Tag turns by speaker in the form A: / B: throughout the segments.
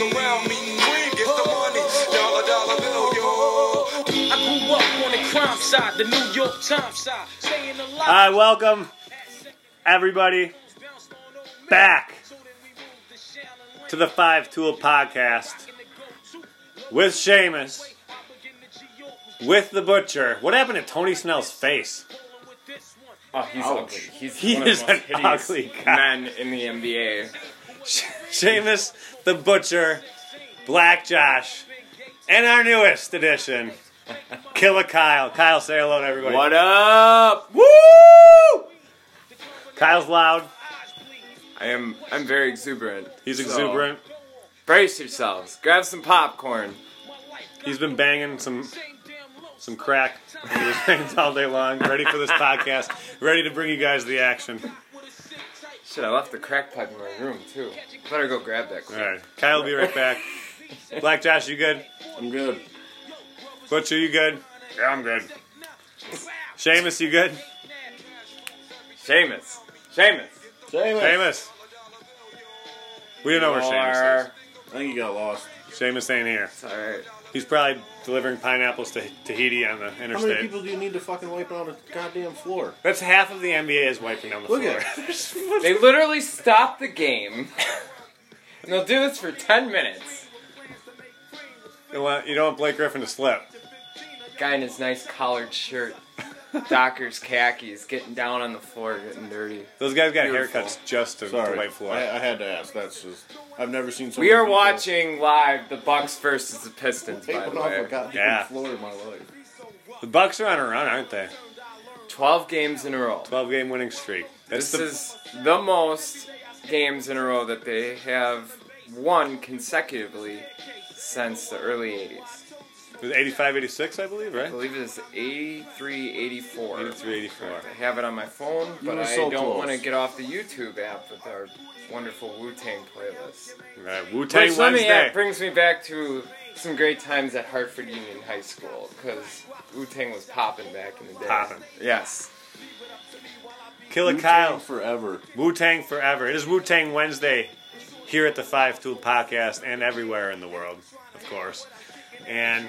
A: King Queen gets the money. Dollar, dollar bill, yo.
B: I grew up on the crime side, the New York Times side, staying alive.
C: All right, welcome everybody back to the Five Tool Podcast with Seamus, with the Butcher. What happened to Tony Snell's face?
D: Oh, he's ugly. He's
C: He
D: one of
C: is
D: the most
C: an
D: hideous
C: ugly guy.
D: men in the NBA.
C: Seamus, the Butcher, Black Josh, and our newest addition, Killer Kyle. Kyle, say hello to everybody.
D: What up? Woo!
C: Kyle's loud.
D: I am. I'm very exuberant.
C: He's
D: So,
C: exuberant.
D: brace yourselves. Grab some popcorn.
C: He's been banging some some crack and he was banging all day long, ready for this podcast, ready to bring you guys the action.
D: Shit, I left the crack pipe in my room too. Better go grab that.
C: All
D: Quick.
C: right, Kyle will be right back. Black Josh, you good?
D: I'm good.
C: Butcher, you good? Yeah, I'm good. Seamus, you good?
D: Seamus. Seamus.
C: Seamus. We don't know where Seamus
D: Or-
E: I think he got lost.
C: is. Seamus ain't here.
D: It's alright.
C: He's probably delivering pineapples to Tahiti on the
E: How many
C: interstate.
E: people do you need to fucking wipe on the goddamn floor?
C: That's half of the NBA is wiping on the
E: Look
C: floor.
E: at
D: They literally stop the game. and they'll do this for ten minutes.
C: You want- you don't want Blake Griffin to slip.
D: Guy in his nice collared shirt, Dockers khakis, getting down on the floor, getting dirty.
C: Those guys got
D: Beautiful.
C: haircuts just to, to
E: Sorry,
C: wipe floor.
E: I, I had to ask. That's just I've never seen. So
D: We
E: many
D: are
E: people
D: watching live the Bucks versus the Pistons. By
E: Taping
D: the
E: off a
D: way,
E: goddamn
C: Yeah.
E: floor in my life.
C: The Bucks are on a run, aren't they?
D: twelve games in a row.
C: Twelve game winning streak. That's
D: This
C: the
D: is the most games in a row that they have won consecutively since the early '80s.
C: it was 85, 86, I believe,
D: I
C: right?
D: believe it's 83, 84.
C: 83, 84.
D: I have it on my phone,
E: You
D: but
E: were
D: I
E: so
D: don't
E: close.
D: want to get off the YouTube app with our wonderful Wu Tang playlist.
C: Right. Wu
D: Which
C: Tang
D: let me
C: Wednesday.
D: add, brings me back to some great times at Hartford Union High School because Wu Tang was popping back in the day.
C: Poppin'.
D: Yes.
C: Killer
E: Wu-Tang
C: Kyle.
E: forever.
C: Wu Tang forever. It is Wu Tang Wednesday here at the Five Tool Podcast and everywhere in the world, of course. And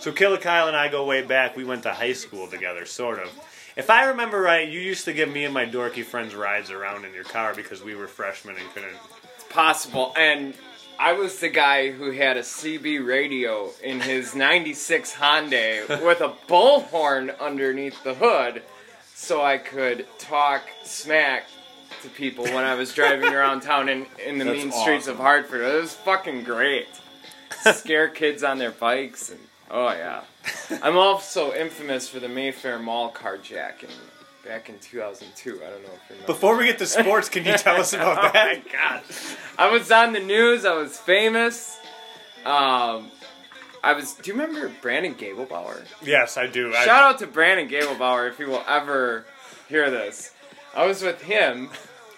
C: so Killer Kyle and I go way back. We went to high school together, sort of. If I remember right, you used to give me and my dorky friends rides around in your car because we were freshmen and couldn't.
D: possible. And I was the guy who had a CB radio in his 96 Hyundai with a bullhorn underneath the hood so I could talk smack to people when I was driving around town in, in the
E: That's
D: mean streets of
E: awesome.
D: Hartford. It was fucking great. Scare kids on their bikes and oh yeah. I'm also infamous for the Mayfair Mall carjacking back in 2002. I don't know if you remember.
C: Before we get to sports, can you tell us about
D: Oh my
C: that?
D: gosh. I was on the news. I was famous. Um, I was. Do you remember Brandon Gablebauer?
C: Yes, I do. I,
D: Shout out to Brandon Gablebauer if he will ever hear this. I was with him.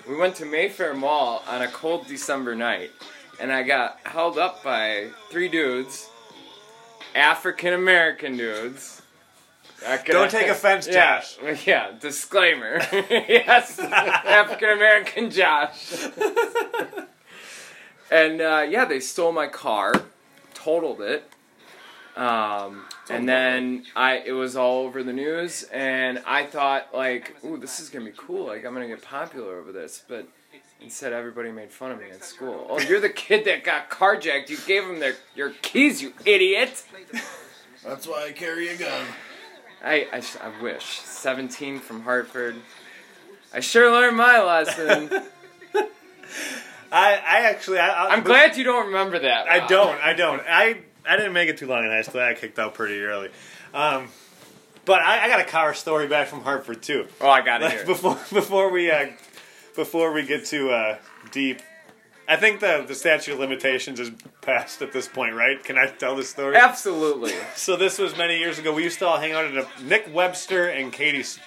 D: We went to Mayfair Mall on a cold December night, and I got held up by three dudes, African American dudes. I could-
C: Don't take offense,
D: Yeah,
C: Josh.
D: Yeah, disclaimer. yes, African American Josh. and uh, yeah, they stole my car, totaled it. Um, and then I it was all over the news, and I thought like, ooh, this is gonna be cool. Like I'm gonna get popular over this, but instead everybody made fun of me at school. Oh, you're the kid that got carjacked. You gave them their your keys, you idiot.
E: That's why I carry a gun.
D: I, I, sh- I wish. 17 from Hartford. I sure learned my lesson.
C: I, I actually. I, I,
D: I'm glad you don't remember that.
C: I
D: Rob.
C: don't. I don't. I I didn't make it too long in high school. I got kicked out pretty early. Um, but I, I got a car story back from Hartford too.
D: Oh, I got
C: Like,
D: it.
C: before before we uh, before we get too uh, deep, I think the the statute of limitations is passed at this point, right? Can I tell this story?
D: Absolutely.
C: So this was many years ago. We used to all hang out at a, Nick Webster and Katie's.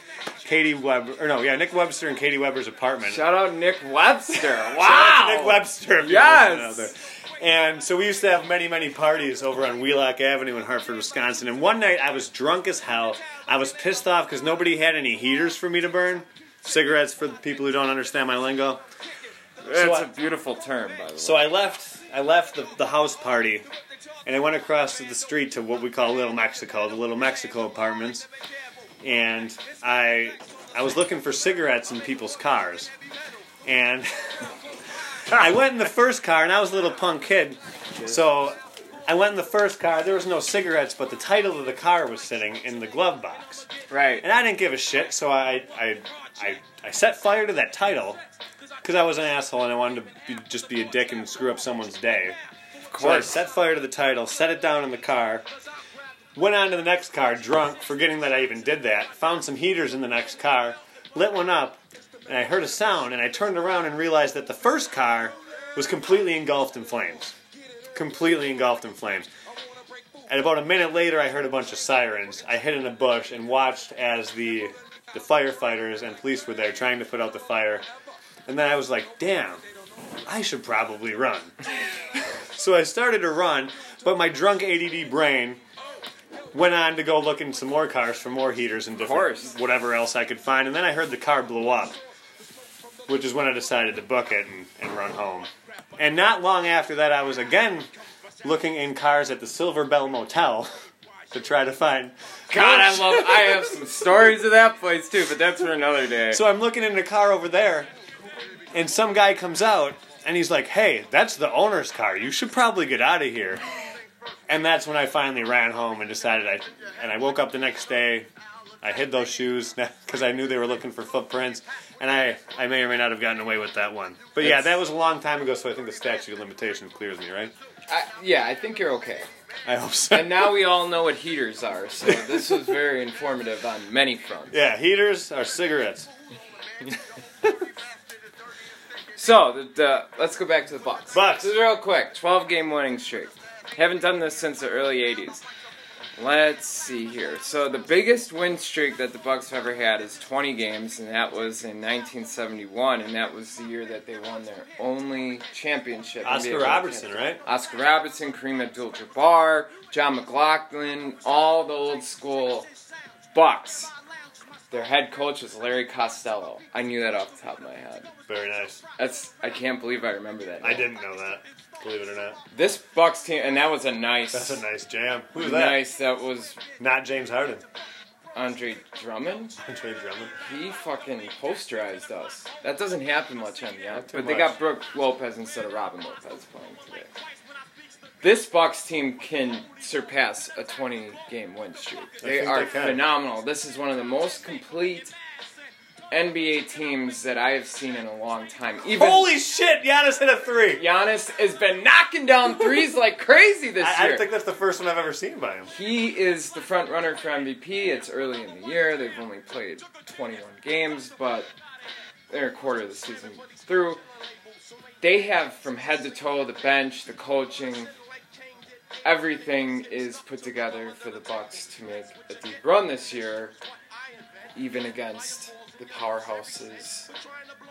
C: Katie Webber, or no, yeah, Nick Webster and Katie Webber's apartment.
D: Shout out Nick Webster. Wow.
C: Shout out to Nick Webster. If you're
D: Yes.
C: listening out there. And so we used to have many, many parties over on Wheelock Avenue in Hartford, Wisconsin. And one night I was drunk as hell. I was pissed off because nobody had any heaters for me to burn. Cigarettes for the people who don't understand my lingo.
D: That's
C: I-
D: a beautiful term, by the way.
C: So I left. I left the, the house party and I went across to the street to what we call Little Mexico, the Little Mexico apartments. And I I was looking for cigarettes in people's cars. And I went in the first car and I was a little punk kid. So I went in the first car, there was no cigarettes, but the title of the car was sitting in the glove box.
D: Right.
C: And I didn't give a shit, so I I I, I set fire to that title because I was an asshole and I wanted to be, just be a dick and screw up someone's day.
D: Of
C: So I
D: course.
C: set fire to the title, set it down in the car, went on to the next car drunk, forgetting that I even did that. Found some heaters in the next car, lit one up, and I heard a sound. And I turned around and realized that the first car was completely engulfed in flames, completely engulfed in flames. And about a minute later, I heard a bunch of sirens. I hid in a bush and watched as the the firefighters and police were there trying to put out the fire. And then I was like, "Damn, I should probably run." so I started to run, but my drunk ADD brain went on to go look in some more cars for more heaters and different
D: course.
C: whatever else I could find. And then I heard the car blow up, which is when I decided to book it and, and run home. And not long after that, I was again looking in cars at the Silver Bell Motel to try to find.
D: God, I love. I have some stories of that place too, but that's for another day.
C: So I'm looking in the car over there, and some guy comes out and he's like, "Hey, that's the owner's car. You should probably get out of here." And that's when I finally ran home and decided I. And I woke up the next day. I hid those shoes because I knew they were looking for footprints, and I, I may or may not have gotten away with that one. But yeah,
D: That's-
C: that was a long time ago, so I think the statute of limitation clears me, right?
D: I, yeah, I think you're okay.
C: I hope so.
D: And now we all know what heaters are, so this was very informative on many fronts.
C: Yeah, heaters are cigarettes.
D: So the, the let's go back to the Bucks.
C: Bucks.
D: This is real quick. Twelve game winning streak. Haven't done this since the early '80s. Let's see here. So the biggest win streak that the Bucks have ever had is 20 games, and that was in 1971, and that was the year that they won their only championship. NBA
C: Oscar
D: championship.
C: Robertson, right?
D: Oscar Robertson, Kareem Abdul-Jabbar, John McLaughlin, all the old school Bucks. Their head coach was Larry Costello. I knew that off the top of my head.
C: Very nice.
D: That's I can't believe I remember that.
C: I
D: now.
C: didn't know that. Believe it or not,
D: This Bucks team, and that was a nice,
C: that's a nice jam. Who's that?
D: nice. That was
C: Not James Harden.
D: Andre Drummond.
C: Andre Drummond.
D: He fucking posterized us. That doesn't happen much on the out,
C: too
D: but they
C: much.
D: got Brooke Lopez instead of Robin Lopez playing today. This Bucks team can surpass a 20 game win streak. They
C: think
D: are
C: they can.
D: phenomenal. This is one of the most complete NBA teams that I have seen in a long time. Even
C: Holy shit! Giannis hit a three.
D: Giannis has been knocking down threes like crazy this
C: I,
D: year.
C: I think that's the first one I've ever seen by him.
D: He is the front runner for MVP. It's early in the year. They've only played 21 games, but they're a quarter of the season through. They have from head to toe the bench, the coaching, everything is put together for the Bucks to make a deep run this year, even against the powerhouses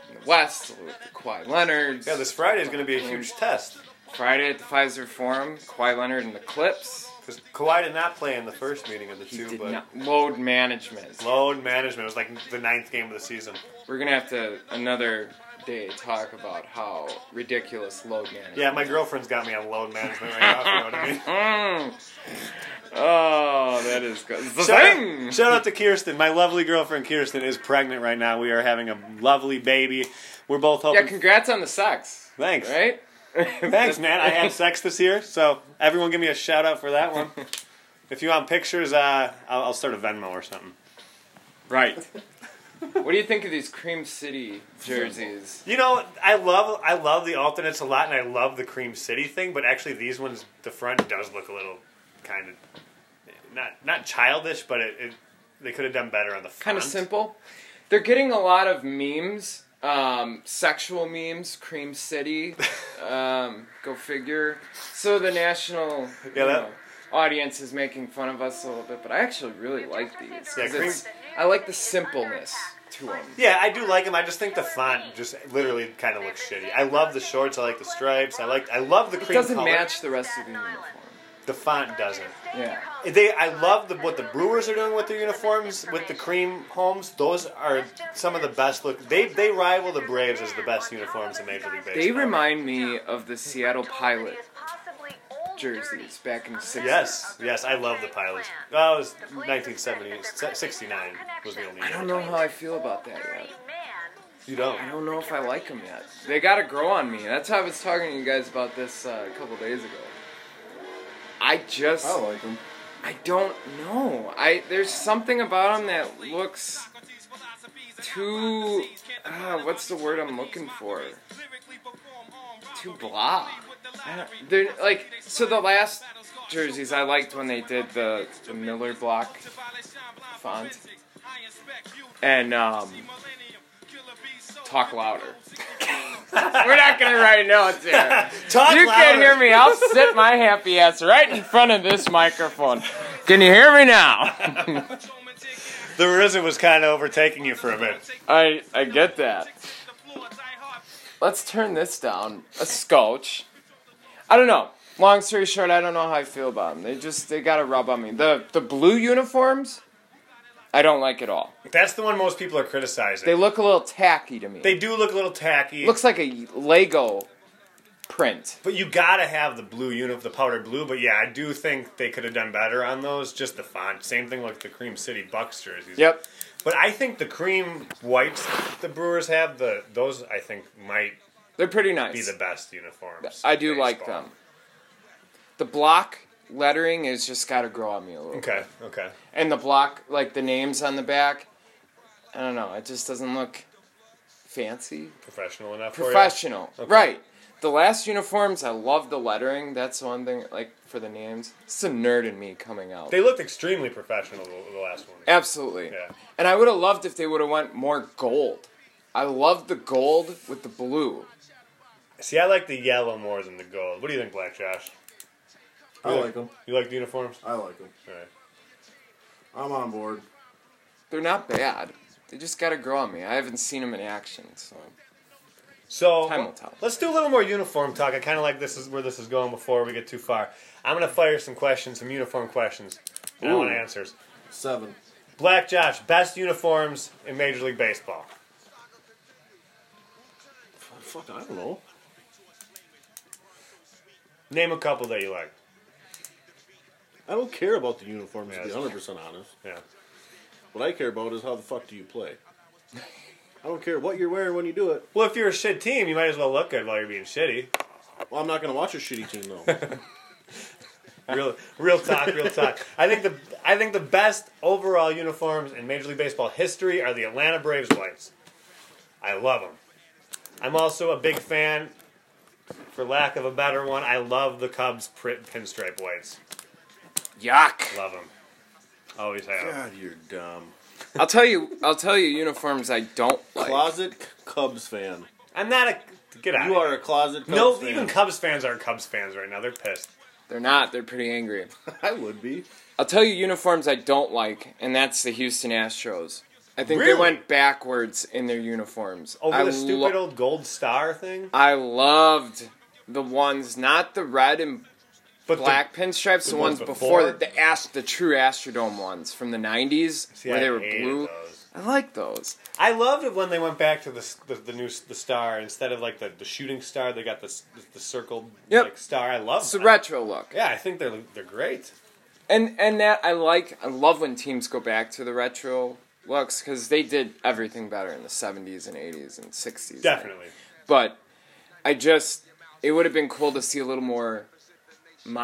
D: in the West with the Kawhi Leonard.
C: Yeah, this Friday is going to be a huge test
D: Friday at the Pfizer Forum, Kawhi Leonard and the Clips.
C: because Kawhi did not play in the first meeting of the
D: He
C: two,
D: did
C: but
D: not load management.
C: load management it was like the ninth game of the season.
D: We're gonna have to another day talk about how ridiculous load management.
C: Yeah, my girlfriend's got me on load management right now. if you know what I mean.
D: Mm. Oh, that is good. Zing!
C: Shout, shout out to Kirsten, my lovely girlfriend Kirsten is pregnant right now. We are having a lovely baby. We're both
D: Yeah,
C: hoping.
D: congrats on the socks.
C: Thanks.
D: Right?
C: Thanks, man. I had sex this year, so everyone give me a shout out for that one. If you want pictures, uh, I'll, I'll start a Venmo or something.
D: Right. What do you think of these Cream City jerseys?
C: You know, I love I love the alternates a lot, and I love the Cream City thing. But actually, these ones, the front does look a little kind of not not childish, but it, it they could have done better on the front.
D: Kind of simple. They're getting a lot of memes, um, sexual memes. Cream City, um, go figure. So the national you
C: Yeah, that-
D: know, audience is making fun of us a little bit, but I actually really like these. 'cause
C: Yeah, Cream-
D: it's- I like the simpleness to them.
C: Yeah, I do like them. I just think the font just literally kind of looks shitty. I love the shorts. I like the stripes. I like I love the
D: It
C: cream.
D: doesn't
C: color.
D: match the rest of the uniform.
C: The font doesn't.
D: Yeah.
C: They, I love the, what the Brewers are doing with their uniforms, with the cream homes. Those are some of the best look. They they rival the Braves as the best uniforms in Major League Baseball.
D: They remind me of the Seattle Pilot jerseys back in the 60s.
C: Yes, yes, I love the Uh, Pilots. That was 1970, 69 was the only year.
D: I don't know how I feel about that yet.
C: You don't.
D: I don't know if I like them yet. They gotta grow on me. That's how I was talking to you guys about this uh, a couple days ago. I just,
E: I like them.
D: I don't know. I there's something about them that looks too. Uh, what's the word I'm looking for? Too blah. I don't- They're like so the last jerseys I liked when they did the, the Miller Block font
C: Eh.
D: and um, talk louder. We're not gonna write notes here.
C: Talk
D: You
C: louder.
D: can't hear me. I'll sit my happy ass right in front of this microphone. Can you hear me now?
C: The RZA was kind of overtaking you for a bit.
D: I I get that. Let's turn this down a scotch. I don't know. Long story short, I don't know how I feel about them. They just they gotta rub on me. The the blue uniforms, I don't like at all.
C: That's the one most people are criticizing.
D: They
C: They,
D: look a little tacky to me.
C: do look a little tacky.
D: looks like a Lego print.
C: but you gotta have the blue unit, the powder blue. But yeah, I do think they could have done better on those. Just the font. Same thing like the Cream City Bucks jerseys.
D: Yep.
C: But I think the cream whites the Brewers have the those I think might
D: They're pretty
C: be
D: nice.
C: the best uniforms.
D: I do like
C: Baseball.
D: them. The block lettering is just got to grow on me a little.
C: Okay. Okay.
D: And the block, like the names on the back, I don't know. It just doesn't look fancy,
C: Professional enough.
D: professional,
C: Oh, Okay.
D: right? The last uniforms, I love the lettering. That's the one thing, like for the names. It's a nerd in me coming out.
C: For you. They looked extremely professional the, the last one.
D: Absolutely.
C: Yeah.
D: And I would have loved if they would have went more gold. I loved the gold with the blue.
C: See, I like the yellow more than the gold. What do you think, Black Josh?
E: I like them.
C: You like the uniforms?
E: I like them.
C: All right.
E: I'm on board.
D: They're not bad. They just gotta grow on me. I haven't seen them in action, so.
C: So
D: Time will tell.
C: let's do a little more uniform talk. I kind of like this is where this is going before we get too far. I'm gonna fire some questions, some uniform questions. And I want
D: Ooh.
C: answers.
E: Seven.
C: Black Josh, best uniforms in Major League Baseball.
E: Ah, Fuck, I don't know.
C: Name a couple that you like.
E: I don't care about the uniforms
C: Yeah,
E: to be
C: that's-
E: 100 percent honest.
C: Yeah.
E: What I care about is how the fuck do you play. I don't care what you're wearing when you do it.
C: Well, if you're a shit team, you might as well look good while you're being shitty.
E: Well, I'm not gonna watch a shitty team though.
C: Real, real talk, real talk. I think the I think the best overall uniforms in Major League Baseball history are the Atlanta Braves whites. I love them. I'm also a big fan, for lack of a better one. I love the Cubs pri- pinstripe whites.
D: Yuck!
C: Love them. Always have.
E: God, you're dumb.
D: I'll tell you. I'll tell you uniforms I don't like.
E: Closet Cubs fan.
C: I'm not a get out.
E: You are a closet Cubs
C: no,
E: fan.
C: even Cubs fans aren't Cubs fans right now. They're pissed.
D: They're not. They're pretty angry.
E: I would be.
D: I'll tell you uniforms I don't like, and that's the Houston Astros. I think
C: Really?
D: they went backwards in their uniforms.
C: Over
D: I
C: the stupid
D: lo-
C: old gold star thing.
D: I loved the ones, not the red and
C: But the-
D: black pinstripes, the, ones, before, that, the ast- the true Astrodome ones from the '90s,
C: See,
D: where
C: I
D: they were
C: hated
D: blue.
C: those.
D: I like those.
C: I loved it when they went back to the s- the, the new s- the star instead of like the, the shooting star. They got the s- the, the circled
D: Yep.
C: like, star. I love.
D: It's the
C: that.
D: retro look.
C: Yeah, I think they're they're great.
D: And and that I like. I love when teams go back to the retro looks because they did everything better in the seventies and eighties and sixties.
C: Definitely.
D: But I just it would have been cool to see a little more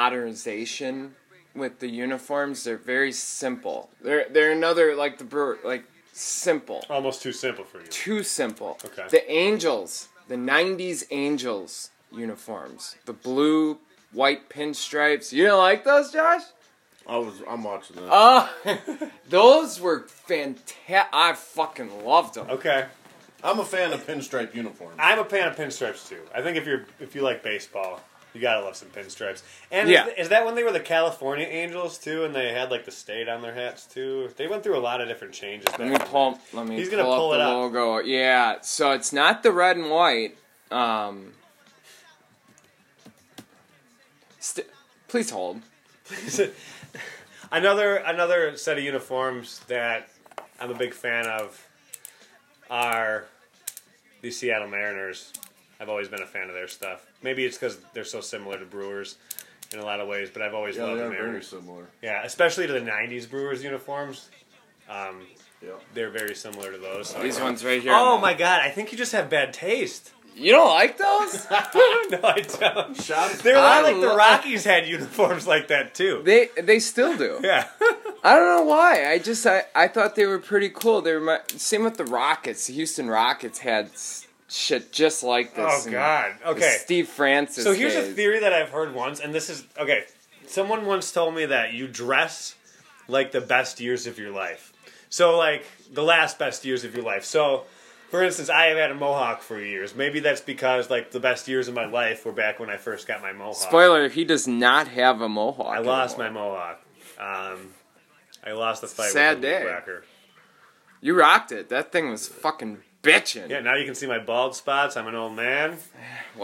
D: modernization with the uniforms. They're very simple. They're they're another like the brewer like simple.
C: Almost too simple for you.
D: Too simple.
C: Oh. Okay.
D: The Angels, the nineties Angels uniforms. The blue, white pinstripes. You do not like those, Josh?
E: I was. I'm watching that.
D: Those were fantastic. I fucking loved them.
C: Okay,
E: I'm a fan of pinstripe uniforms.
C: I'm a fan of pinstripes too. I think if you're if you like baseball, you gotta love some pinstripes. And
D: Yeah.
C: is, is that when they were the California Angels too, and they had like the state on their hats too? They went through a lot of different changes. back
D: Let me
C: then.
D: pull. Let me.
C: He's gonna
D: pull,
C: pull
D: up
C: it
D: the
C: up.
D: logo. Yeah. So it's not the red and white. Um. St- please hold.
C: another another set of uniforms that I'm a big fan of are the Seattle Mariners. I've always been a fan of their stuff. Maybe it's because they're so similar to Brewers in a lot of ways, but I've always
E: Yeah,
C: loved
E: they
C: the
E: are very
C: Mariners.
E: similar.
C: Yeah, especially to the '90s Brewers uniforms. Um,
E: Yeah.
C: they're very similar to those.
D: These ones right here.
C: Oh my god! I think you just have bad taste.
D: You don't like those?
C: no, I don't.
E: Shops.
C: They're a lot
D: I
C: like the
D: lo-
C: Rockies had uniforms like that too.
D: they they still do.
C: Yeah. Oh,
D: I don't know why. I just I, I thought they were pretty cool. They were my, same with the Rockets. The Houston Rockets had s- shit just like this.
C: Oh
D: and
C: God.
D: the
C: Okay.
D: Steve Francis.
C: So here's a
D: days.
C: theory that I've heard once, and this is okay. Someone once told me that you dress like the best years of your life. So like the last best years of your life. So for instance, I have had a mohawk for years. Maybe that's because like the best years of my life were back when I first got my mohawk.
D: Spoiler: He does not have a mohawk.
C: I lost my mohawk. Um, I lost the fight
D: Sad
C: with the
D: day.
C: Rocker.
D: You rocked it. That thing was fucking bitching.
C: Yeah, now you can see my bald spots. I'm an old man.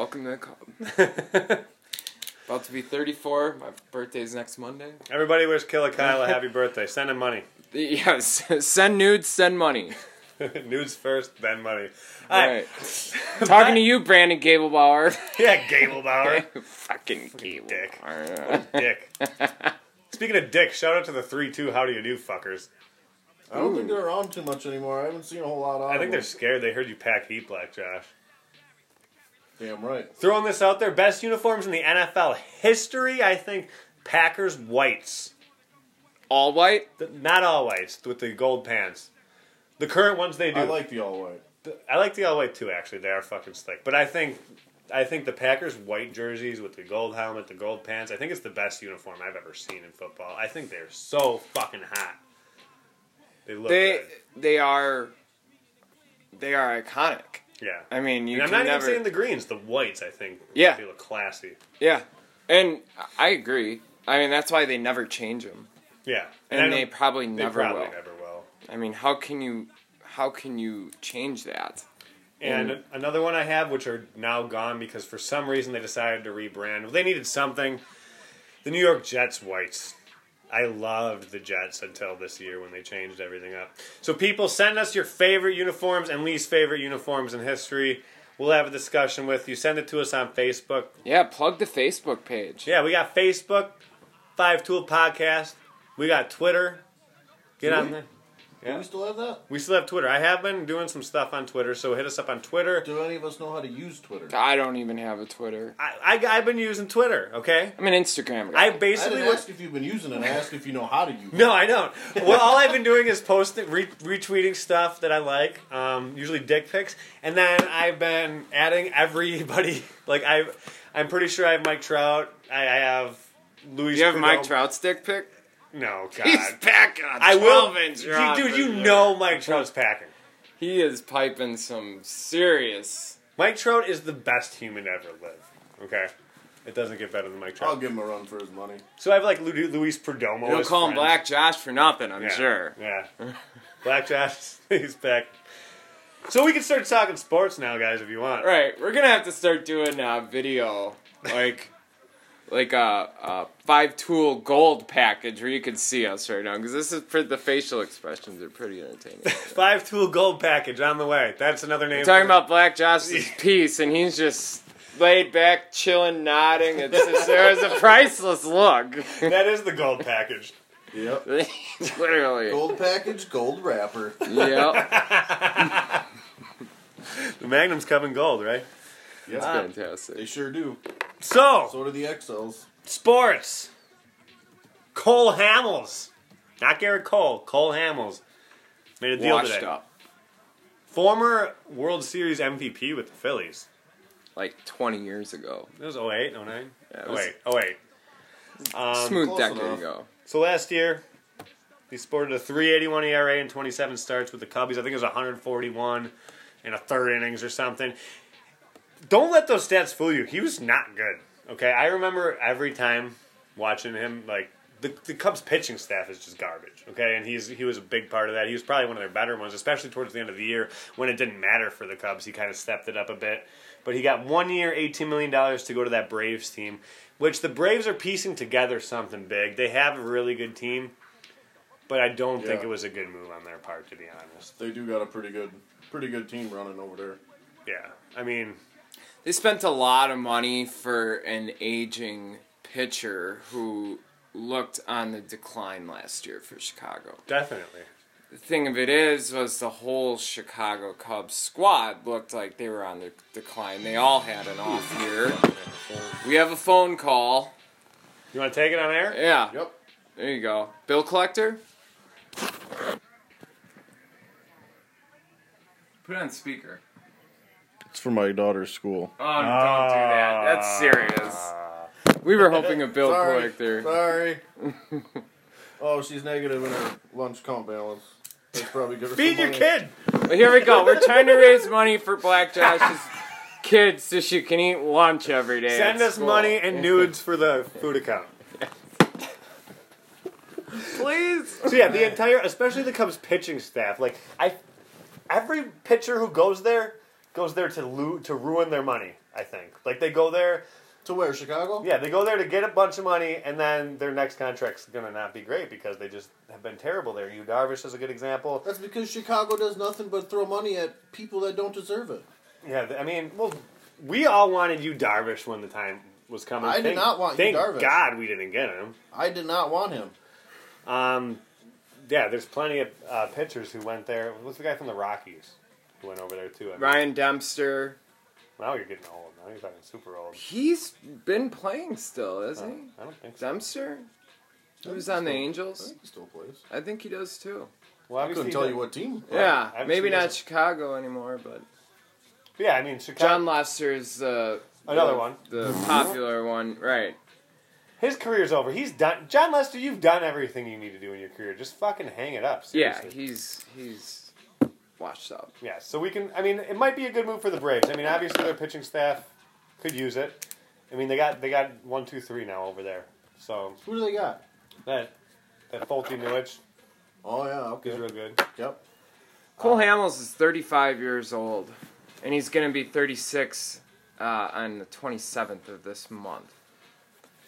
D: Welcome to the club. About to be 34. My birthday's next Monday.
C: Everybody wish Killer Kyle a happy birthday. Send him money.
D: Yes. Send nudes. Send money.
C: Nudes first, then money. All
D: All
C: right.
D: right. Talking to you, Brandon Gablebauer.
C: Yeah, Gable Bauer.
D: Fucking Gablebauer.
C: Dick. Dick. Speaking of dick, shout out to the 3 2 How Do You Do fuckers.
E: I don't think they're around too much anymore. I haven't seen a whole lot of
C: I think
E: them.
C: they're scared. They heard you pack heat black, Josh.
E: Damn right.
C: Throwing this out there best uniforms in the NFL history, I think Packers whites.
D: All white.
C: Th- Not all whites, with the gold pants. The current ones they do.
E: I like the all white.
C: I like the all white too. Actually, they are fucking slick. But I think, I think the Packers white jerseys with the gold helmet, the gold pants. I think it's the best uniform I've ever seen in football. I think they're so fucking hot. They look
D: They
C: good.
D: they are they are iconic.
C: Yeah.
D: I mean, you
C: and I'm
D: can
C: not
D: never.
C: even saying the greens, the whites. I think.
D: Yeah.
C: They look classy.
D: yeah, and I agree. I mean, that's why they never change them,
C: Yeah.
D: and,
C: I
D: they
C: don't-
D: probably
C: they
D: never
C: probably
D: will.
C: never will.
D: I mean, how can you how can you change that?
C: And
D: Mm-hmm.
C: another one I have, which are now gone because for some reason they decided to rebrand. Well, they needed something. The New York Jets whites. I loved the Jets until this year when they changed everything up. So, people, send us your favorite uniforms and least favorite uniforms in history. We'll have a discussion with you. Send it to us on Facebook.
D: Yeah, plug the Facebook page.
C: Yeah, we got Facebook, Five Tool Podcast. We got Twitter. Get on there.
E: Do we still have that?
C: We still have Twitter. I have been doing some stuff on Twitter, so hit us up on Twitter.
E: Do any of us know how to use Twitter?
D: I don't even have a Twitter.
C: I, I, I've been using Twitter, okay?
D: I'm an Instagram guy.
C: I
E: I
C: basically.
E: didn't
C: was-
E: ask if you've been using it. I asked if you know how to use it.
C: no, I don't. Well, all I've been doing is posting, re- retweeting stuff that I like, um, usually dick pics, and then I've been adding everybody. Like I, I'm pretty sure I have Mike Trout. I, I have Luis.
D: you have
C: Perdom-
D: Mike Trout's dick pic?
C: No,
D: He's
C: God,
D: packing on
C: I will.
D: 12 inch.
C: You, dude, you know Mike Trout's packing.
D: He is piping some serious.
C: Mike Trout is the best human ever lived. Okay, it doesn't get better than Mike
E: I'll
C: Trout.
E: give him a run for his money.
C: So I have like Lu- Luis Perdomo.
D: You don't
C: as
D: call him
C: friends.
D: Black Josh for nothing, I'm
C: Yeah.
D: sure.
C: Yeah. Black Josh, he's back. So we can start talking sports now, guys, if you want.
D: All right, we're gonna have to start doing uh, video, like, like a, a five tool gold package where you can see us right now because this is for the facial expressions are pretty entertaining.
C: Five tool gold package on the way. That's another name.
D: We're talking
C: for-
D: about Black Josh's piece, and he's just laid back, chilling, nodding. It's just, there is a priceless look,
C: that is the gold package.
E: Yep.
D: literally.
E: Gold package, gold wrapper.
D: Yep,
C: The Magnum's coming gold, right?
E: Yeah. They
D: fantastic.
E: sure do.
C: So
E: So do the XLs.
C: sports. Cole Hamels, not Garrett Cole. Cole Hamels made a deal
D: Washed
C: today.
D: up
C: Former World Series MVP with the Phillies.
D: like 20 years ago.
C: It was 08, 09?
D: Yeah, it was-
C: 08, 08.
D: Smooth
E: Um, close
D: decade
E: enough.
D: ago.
C: So last year, he sported a 381 ERA and 27 starts with the Cubbies. I think it was 141 and a third innings or something. Don't let those stats fool you. He was not good. Okay, I remember every time watching him like. The, the Cubs pitching staff is just garbage, okay? And he's he was a big part of that. He was probably one of their better ones, especially towards the end of the year when it didn't matter for the Cubs. He kind of stepped it up a bit, but he got one year, eighteen million dollars to go to that Braves team. which the Braves are piecing together something big. They have a really good team, but I don't think
E: Yeah.
C: it was a good move on their part, to be honest.
E: They do got a pretty good, pretty good team running over there.
C: Yeah, I mean,
D: They spent a lot of money for an aging pitcher who looked on the decline last year for Chicago.
C: definitely.
D: The thing of it is, was the whole Chicago Cubs squad looked like they were on the decline. They all had an off year. We have a phone call.
C: You want to take it on air?
D: Yeah,
E: Yep.
D: there you go. Bill collector. Put it on speaker.
E: It's for my daughter's school.
D: Oh, don't do that. That's serious. We were hoping a
C: Oh,
D: bill
E: Sorry.
D: collector.
E: Sorry. oh, she's negative in her lunch comp balance. That's probably good.
C: Feed your kid.
D: Well, here we go. We're trying to raise money for Black Josh's kids so she can eat lunch every day.
C: Send
D: at
C: us
D: school.
C: money and nudes for the food account.
D: please.
C: So yeah, the entire, especially the Cubs pitching staff, like I, every pitcher who goes there goes there to loot to ruin their money. I think like they go there,
E: To where? Chicago?
C: yeah, they go there to get a bunch of money, and then their next contract's gonna not be great because they just have been terrible there. Yu Darvish is a good example.
E: That's because Chicago does nothing but throw money at people that don't deserve it.
C: Yeah, th- I mean, well, we all wanted Yu Darvish when the time was coming.
E: I did not want Yu
C: thank
E: Darvish.
C: God we didn't get him.
E: I did not want him.
C: Um, yeah, there's plenty of uh, pitchers who went there. What's the guy from the Rockies who went over there too? I mean,
D: Ryan Dempster.
C: Now you're getting old. Now you're fucking super old.
D: He's been playing still, isn't he?
C: I don't think so.
D: Dempster? He was on the
E: I
D: Angels.
E: think he still plays.
D: I think he does too.
C: Well,
E: I couldn't tell you what team.
D: Yeah,
C: I've
D: maybe
C: seen
D: not
C: him.
D: Chicago anymore, but
C: Yeah, I mean, Chicago.
D: John Lester is the
C: Another
D: the-
C: one.
D: the popular one, right?
C: his career's over. He's done. John Lester, you've done everything you need to do in your career. Just fucking hang it up.
D: Yeah,
C: Seriously.
D: he's he's washed up.
C: Yeah, so we can. I mean, it might be a good move for the Braves. I mean, obviously their pitching staff could use it. I mean, they got they got one, two, three now over there. So
E: Who do they got?
C: that that Fulty Newich
E: Oh yeah,
C: is
E: okay.
C: real good.
E: Yep.
C: Uh,
D: Cole Hamels is 35 years old, and he's going to be 36 uh, on the 27th of this month.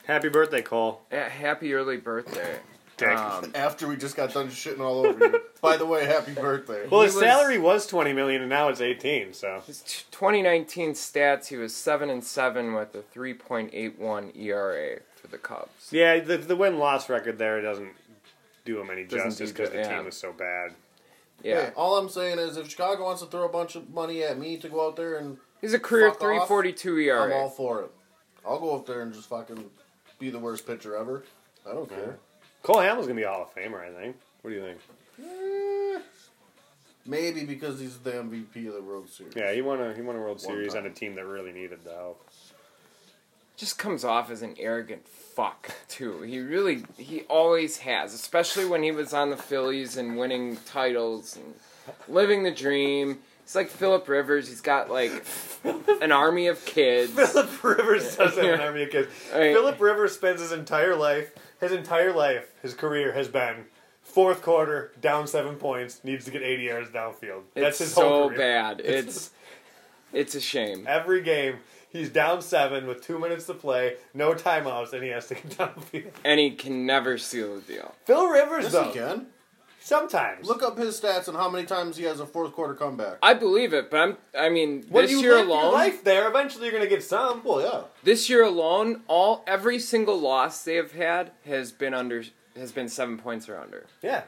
C: Happy birthday, Cole.
D: Yeah, happy early birthday. Um,
E: After we just got done shitting all over you. By the way, happy birthday.
C: well,
D: he
C: his
D: was-
C: salary was twenty million, and now it's eighteen. So
D: his t- 2019 stats, he was 7 and 7 with a 3.81 ERA E for the Cubs.
C: yeah, the the win loss record there doesn't do him any justice
D: do
C: because
D: good,
C: the
D: yeah.
C: team was so bad.
D: Yeah.
E: Hey, all I'm saying is, if Chicago wants to throw a bunch of money at me to go out there and
D: He's a career E
E: Fuck off.
D: 342
E: I'm all
D: ERA.
E: for it. I'll go up there and just fucking be the worst pitcher ever. I don't care.
C: Cole Hamels gonna be a Hall of Famer, I think. What do you think?
E: Eh, Maybe because he's the MVP of the World Series.
C: Yeah, he won a he won a World
E: One
C: Series on
E: time.
C: a team that really needed the help.
D: Just comes off as an arrogant fuck, too. He really, he always has, especially when he was on the Phillies and winning titles and living the dream. He's like Philip Rivers. He's got like an army of kids.
C: Philip Rivers doesn't
D: Yeah.
C: have an army of kids.
D: Right.
C: Philip Rivers spends his entire life, his entire life, his career has been fourth quarter down seven points, needs to get 80 yards downfield. That's
D: It's
C: his whole
D: so
C: career.
D: bad. It's it's a shame.
C: Every game, he's down seven with two minutes to play, no timeouts, and he has to get downfield.
D: And he can never seal the deal.
C: Phil Rivers
E: Yes,
C: though,
E: he can.
C: sometimes
E: Look up his stats and how many times he has a fourth quarter comeback.
D: I believe it, but I'm I mean
C: when
D: this
C: you
D: year
C: live your
D: alone
C: life there, eventually you're gonna get some.
E: Well, yeah.
D: this year alone, all every single loss they have had has been under has been seven points or under.
C: Yeah,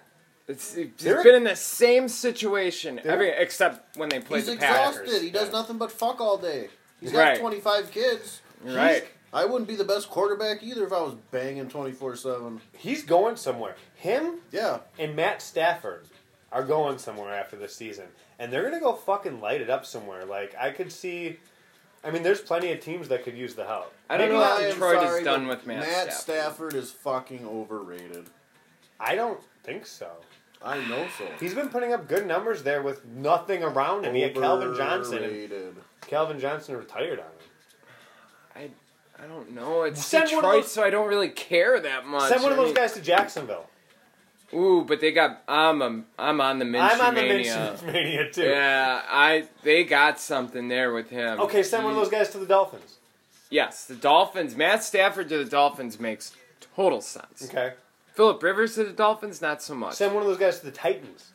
D: It's, it's
C: They're-
D: been in the same situation every except when they played
E: He's
D: the Packers.
E: exhausted. He does
C: yeah.
E: nothing but fuck all day. He's got
D: Right.
E: 25 kids.
D: Right.
E: I wouldn't be the best quarterback either if I was banging 24 7.
C: he's going somewhere. Him
E: Yeah.
C: and Matt Stafford are going somewhere after this season, and they're gonna go fucking light it up somewhere. Like I could see, I mean, there's plenty of teams that could use the help.
D: I don't
C: Maybe
D: know
C: not-
D: how
E: I am
D: Detroit is
E: sorry,
D: done
E: but
D: with Matt
E: Matt
D: Stafford.
E: Stafford is fucking overrated.
C: I don't think so.
E: I know so.
C: He's been putting up good numbers there with nothing around him. He had Calvin Johnson, and
E: Overrated.
C: Calvin Johnson retired on him.
D: I I don't know. It's
C: Send one of
D: Detroit,
C: those-
D: so I don't really care that much.
C: Send one of
D: I
C: those
D: mean-
C: guys to Jacksonville.
D: Ooh, but they got I'm a, I'm on the Minshew
C: I'm on the
D: mania.
C: Minshew mania too.
D: Yeah, I they got something there with him.
C: Okay, send one of those guys to the Dolphins.
D: Yes, the Dolphins. Matt Stafford to the Dolphins makes total sense.
C: Okay.
D: Philip Rivers to the Dolphins, not so much.
C: Send one of those guys to the Titans.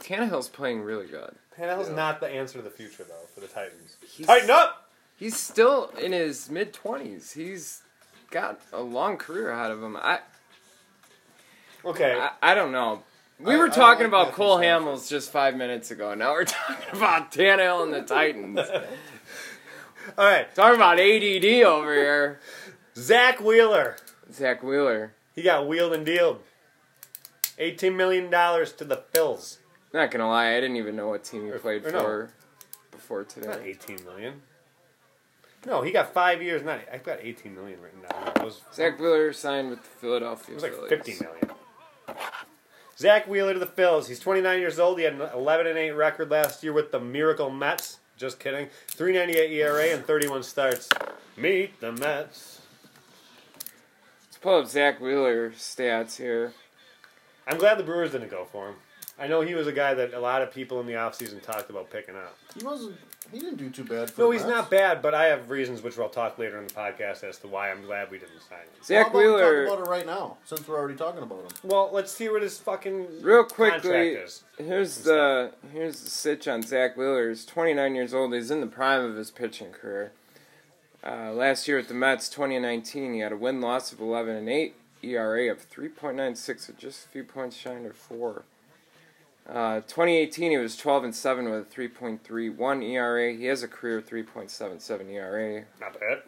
D: Tannehill's playing really good.
C: Tannehill's not the answer to the future though for the Titans.
D: He's,
C: Tighten up.
D: He's still in his mid twenties. He's got a long career ahead of him. I
C: Okay.
D: I, I don't know. We
C: I- I
D: were
C: don't
D: talking
C: like
D: about
C: Matthew
D: Cole
C: Stafford.
D: Hamels just five minutes ago. Now we're talking about Tannehill and the Titans.
C: All right.
D: talking about ADD over here.
C: Zach Wheeler.
D: Zach Wheeler.
C: He got wheeled and dealed. Eighteen million dollars to the Phils.
D: Not gonna lie, I didn't even know what team he played
C: or no.
D: for before
C: Not
D: today.
C: eighteen million. No, he got five years. Not I've got eighteen million written down. It was,
D: Zach Wheeler signed with the Philadelphia.
C: it was like
D: Phillies.
C: fifty million. Zach Wheeler to the Phils. He's 29 years old. He had an 11 and 8 record last year with the Miracle Mets. Just kidding. 3.98 ERA and 31 starts. Meet the Mets.
D: Let's pull up Zach Wheeler stats here.
C: I'm glad the Brewers didn't go for him. I know he was a guy that a lot of people in the offseason talked about picking up.
E: He wasn't. He didn't do too bad. For
C: No,
E: the
C: he's
E: Mets.
C: not bad, but I have reasons which I'll talk later in the podcast as to why I'm glad we didn't sign him.
E: How
D: Zach
E: about we talk
D: Wheeler.
E: about it right now, since we're already talking about him.
C: Well, let's see what his fucking
D: Real
C: contract
D: quickly,
C: is.
D: here's the here's the sitch on Zach Wheeler. He's 29 years old. He's in the prime of his pitching career. Uh, last year at the Mets, 2019, he had a win loss of 11 and 8, ERA of 3.96, with just a few points shy under four. Uh, 2018, he was 12 and 7 with a 3.31 ERA. He has E a career 3.77 ERA.
C: Not bad.